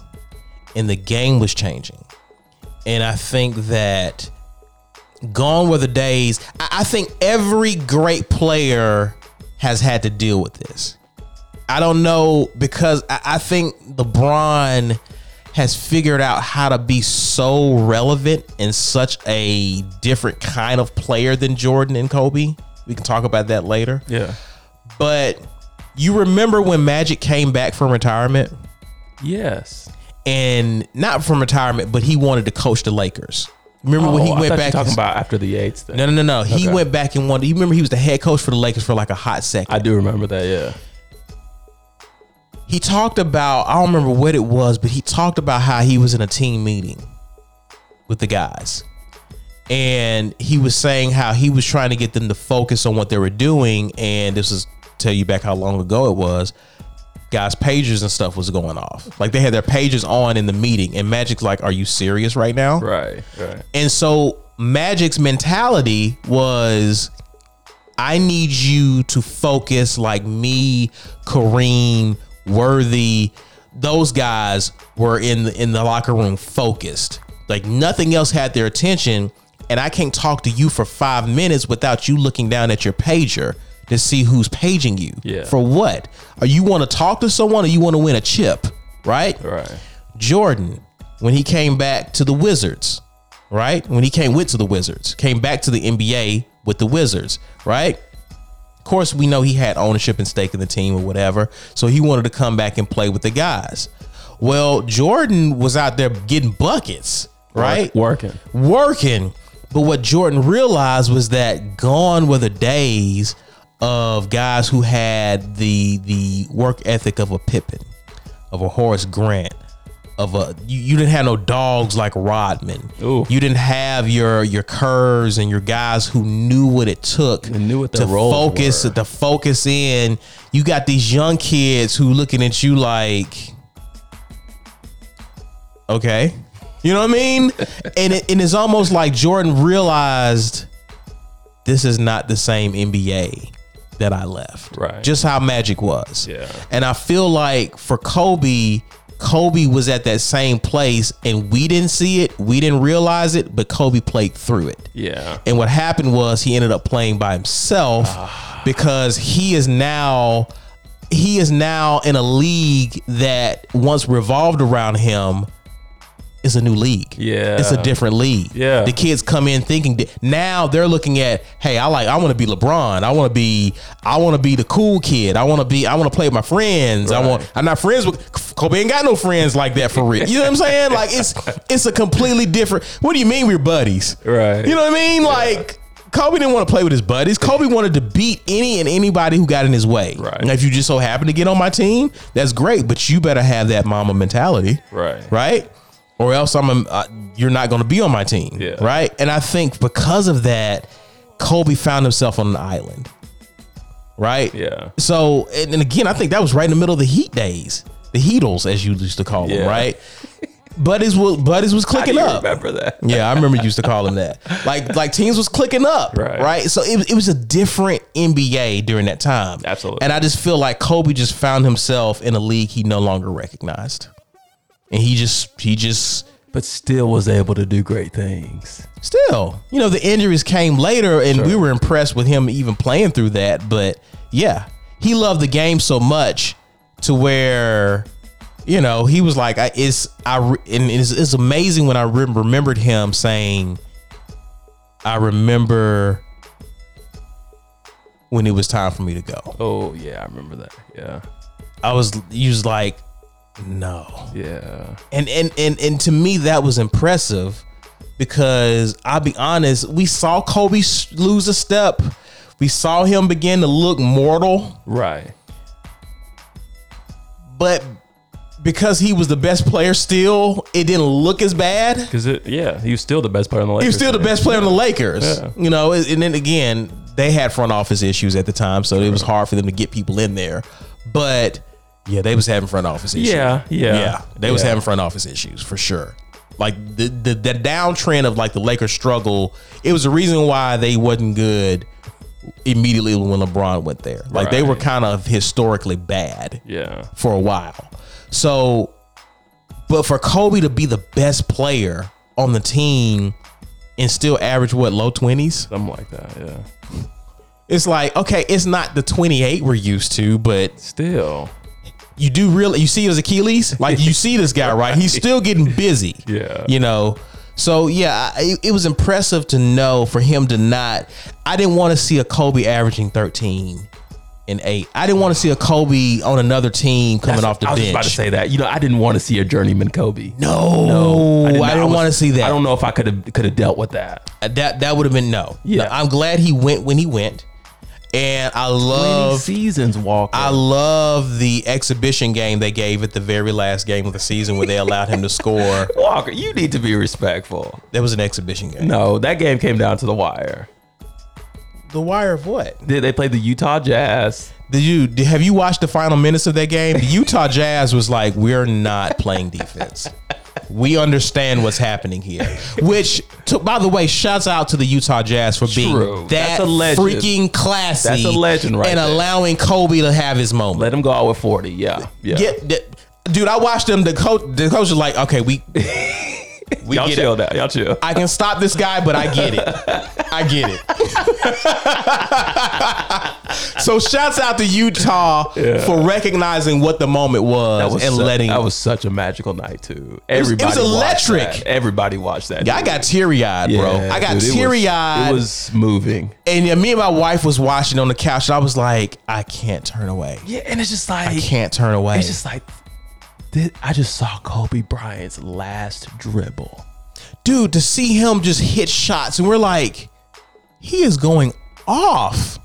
and the game was changing. And I think that gone were the days I, I think every great player has had to deal with this. I don't know because I, I think LeBron has figured out how to be so relevant and such a different kind of player than Jordan and Kobe. We can talk about that later.
Yeah.
But you remember when Magic came back from retirement
Yes.
and not from retirement, but he wanted to coach the Lakers. Remember when he
Oh, I
went
thought you
back?
were talking
and-
about after the Yates thing.
no, no, no, no. He
Okay.
went back and wanted. You remember he was the head coach for the Lakers for like a hot second.
I do remember that. Yeah.
he talked about I don't remember what it was, but he talked about how he was in a team meeting with the guys. And he was saying how he was trying to get them to focus on what they were doing. And this is tell you back how long ago it was. Guys, pagers and stuff was going off. Like they had their pagers on in the meeting. And Magic's like, Are you serious right now?
Right. Right.
And so Magic's mentality was I need you to focus like me, Kareem, Worthy, those guys were in the, in the locker room focused. Like nothing else had their attention and I can't talk to you for 5 minutes without you looking down at your pager to see who's paging you.
Yeah.
For what? Are you want to talk to someone or you want to win a chip, right?
Right.
Jordan when he came back to the Wizards, right? When he came with to the Wizards, came back to the NBA with the Wizards, right? Of course, we know he had ownership and stake in the team or whatever, so he wanted to come back and play with the guys. Well, Jordan was out there getting buckets, right?
Working.
working. But what Jordan realized was that gone were the days of guys who had the the work ethic of a Pippen, of a Horace Grant, of a you, you didn't have no dogs like Rodman.
Ooh.
You didn't have your your curs and your guys who knew what it took
And knew what
to
their roles
focus
were.
to focus in. You got these young kids who looking at you like okay. You know what I mean? and, it, and it's almost like Jordan realized this is not the same NBA that I left.
Right.
Just how Magic was.
Yeah.
And I feel like for Kobe, Kobe was at that same place and we didn't see it, we didn't realize it, but Kobe played through it.
Yeah.
And what happened was he ended up playing by himself
Ah.
because he is now he is now in a league that once revolved around him is a new league.
Yeah.
It's a different league.
Yeah.
The kids come in thinking di- now they're looking at, hey, I like I want to be LeBron. I want to be I want to be the cool kid. I want to be I want to play with my friends. I want I'm not friends with Kobe ain't got no friends like that for real. You know what I'm saying? Like it's it's a completely different. What do you mean we're buddies?
Right.
You know what I mean? Like Kobe didn't want to play with his buddies. Kobe wanted to beat any and anybody who got in his way.
Right.
And if you just so happen to get on my team, that's great, but you better have that mama mentality
Right.
right? Or else I'm a, uh, you're not going to be on my team,
Yeah.
right? And I think because of that, Kobe found himself on an island, right?
Yeah.
So and, and again, I think that was right in the middle of the Heat days, the Heatles as you used to call
Yeah.
them, right? Buddies was buddies was
I do
clicking
you
up.
remember that.
Yeah, I remember you used to call them that. Like like teams was clicking up,
Right.
right? So it, was- it was a different NBA during that time.
Absolutely.
And I just feel like Kobe just found himself in a league he no longer recognized, and he just he just
But still was able to do great things.
still you know the injuries came later, and we were impressed with him even playing through that. But yeah, he loved the game so much to where. You know, he was like, I, "It's I," re- and it's, it's amazing when I re- remembered him saying, I remember when it was time for me to go.
Oh yeah, I remember that. Yeah.
I was you was like, no.
Yeah.
And and and and to me that was impressive because I'll be honest, we saw Kobe s- lose a step. We saw him begin to look mortal,
Right.
but because he was the best player still, it didn't look as bad.
Cause it yeah, he was still the best player on the Lakers.
He was still the best player on the Lakers.
Yeah.
You know, and then again, they had front office issues at the time, so it was hard for them to get people in there. But yeah, they was having front office issues.
Yeah, yeah.
Yeah. They was
Yeah.
having front office issues for sure. Like the, the the downtrend of like the Lakers struggle, it was the reason why they wasn't good immediately when LeBron went there. Like they were
Right.
kind of historically bad
Yeah.
for a while. So, but for Kobe to be the best player on the team and still average what low twenties,
Something like that, yeah.
it's like okay, it's not the twenty eight we're used to, but
Still.
you do really you see his Achilles, like you see this guy right, he's still getting busy.
Yeah.
you know. So yeah, I, it- it was impressive to know for him to not. I didn't want to see a Kobe averaging thirteen and eight. I didn't want to see a Kobe on another team coming off the
I was
bench.
just about to say that. You know, I didn't want to see a journeyman Kobe.
No, I didn't,
was-
want to see that.
I don't know if I could have could have dealt with that.
Uh, that that would have been no.
Yeah.
No, I'm glad he went when he went, and I
Many
love
seasons walk.
I love the exhibition game they gave at the very last game of the season where they allowed him to score.
Walker, you need to be respectful.
That was an exhibition game.
No, that game came down to the wire.
The wire of what?
They, they played the Utah Jazz.
Did you did- have you watched the final minutes of that game? The Utah Jazz was like, "We're not playing defense. We understand what's happening here." Which, to, by the way, shouts out to the Utah Jazz for being
True.
that
That's a legend.
freaking classy.
That's a legend right
and
there.
allowing Kobe to have his moment.
Let him go out with 40. Yeah. Yeah.
Get, th- dude, I watched them. The coach, the coach was like, "Okay, we." We
Y'all
get it.
chill now. Y'all chill.
I can stop this guy, but I get it. I get it. so shouts out to Utah for recognizing what the moment was,
That was
and
su-
letting.
that was such a magical night too.
was- it
Everybody
was
watched
electric.
that. Everybody watched that.
Yeah, I got teary eyed,
dude.
bro.
Yeah,
I got
dude, it was-
teary eyed,
It was moving.
and yeah, me and my wife was watching on the couch, and I was like, I can't turn away.
Yeah, and it's just like
I can't turn away.
it's just like thi- I just saw Kobe Bryant's last dribble.
dude, to see him just hit shots, and we're like, he is going off.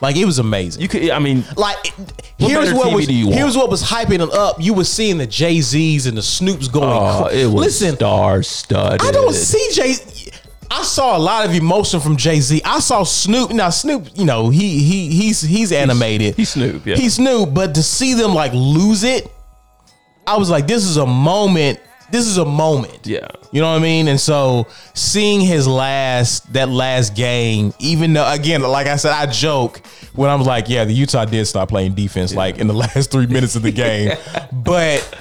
Like it was amazing.
You could, I mean,
like
What
here's
better
what
TV
was
do you want?
here's what was hyping them up. You were seeing the Jay Z's and the Snoop's going.
oh,
cra-
it was
Listen,
star studded.
I don't see Jay. I saw a lot of emotion from Jay Z. I saw Snoop. Now Snoop, you know he he he's he's animated.
He's Snoop. Yeah,
he's new, but to see them like lose it, I was like, this is a moment. This is a moment.
yeah.
You know what I mean? And so seeing his last that last game, even though again, like I said, I joke when I'm like, yeah, the Utah did stop playing defense like in the last three minutes of the game. but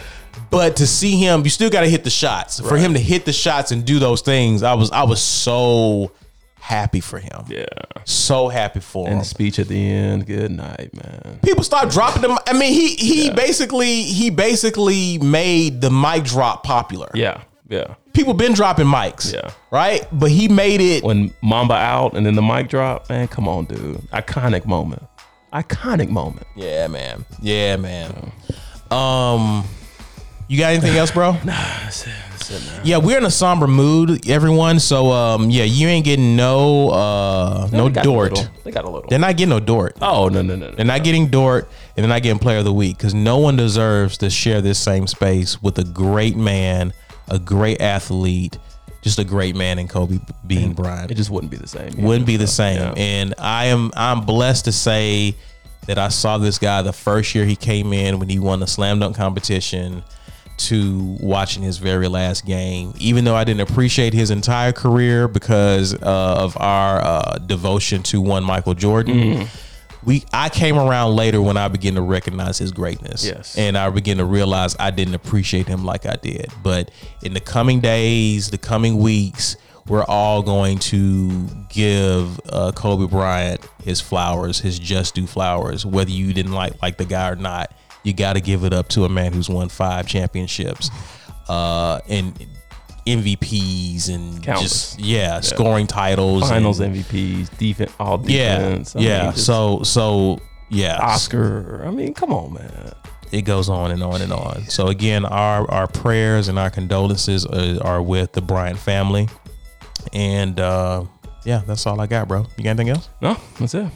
But to see him, you still got to hit the shots. For him to hit the shots and do those things, I was I was so happy for him.
Yeah.
So happy for him.
And the speech at the end. Good night, man.
people start dropping them. I mean, he he basically he basically made the mic drop popular.
Yeah. Yeah.
People been dropping mics.
Yeah.
Right? But he made it
When Mamba out and then the mic drop, man, come on, dude. Iconic moment. Iconic moment.
Yeah, man. Yeah, man. Um you got anything else, bro?
That's it. That's it, man.
Yeah, we're in a somber mood, everyone. So um yeah, you ain't getting no uh no
They got a
Dort.
little. They got a little.
They're not getting no Dort.
oh, no, no, no. no.
They're not getting Dort and they're not getting player of the week because no one deserves to share this same space with a great man, a great athlete, just a great man in Kobe being
it
Bryant.
just wouldn't be the same.
Wouldn't be the same.
Yeah.
And I am I'm blessed to say that I saw this guy the first year he came in when he won the slam dunk competition to watching his very last game. Even though I didn't appreciate his entire career because uh, of our uh, devotion to one Michael Jordan
Mm-hmm.
we I came around later when I began to recognize his greatness.
Yes.
And I began to realize I didn't appreciate him like I did. But in the coming days, the coming weeks, we're all going to give uh, Kobe Bryant his flowers, his just due flowers, whether you didn't like like the guy or not. You got to give it up to a man who's won five championships, uh, and MVPs, and
Countless.
just yeah, scoring titles, and-
Finals MVPs, defense, all
yeah,
defense. I mean,
yeah.
just
so, so yeah,
Oscar. I mean, come on, man.
it goes on and on and on. So again, our our prayers and our condolences are, are with the Bryant family, and uh, yeah, that's all I got, bro. You got anything else?
No, that's it.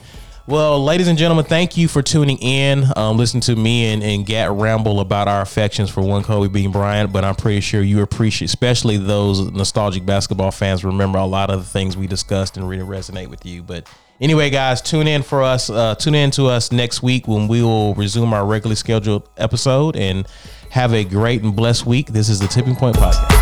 Well, ladies and gentlemen, thank you for tuning in. Um, listen to me and, and Gat ramble about our affections for one Kobe Bean Bryant, but I'm pretty sure you appreciate, especially those nostalgic basketball fans, remember a lot of the things we discussed and really resonate with you. But anyway, guys, tune in for us. Uh, tune in to us next week when we will resume our regularly scheduled episode and have a great and blessed week. This is the Tipping Point Podcast.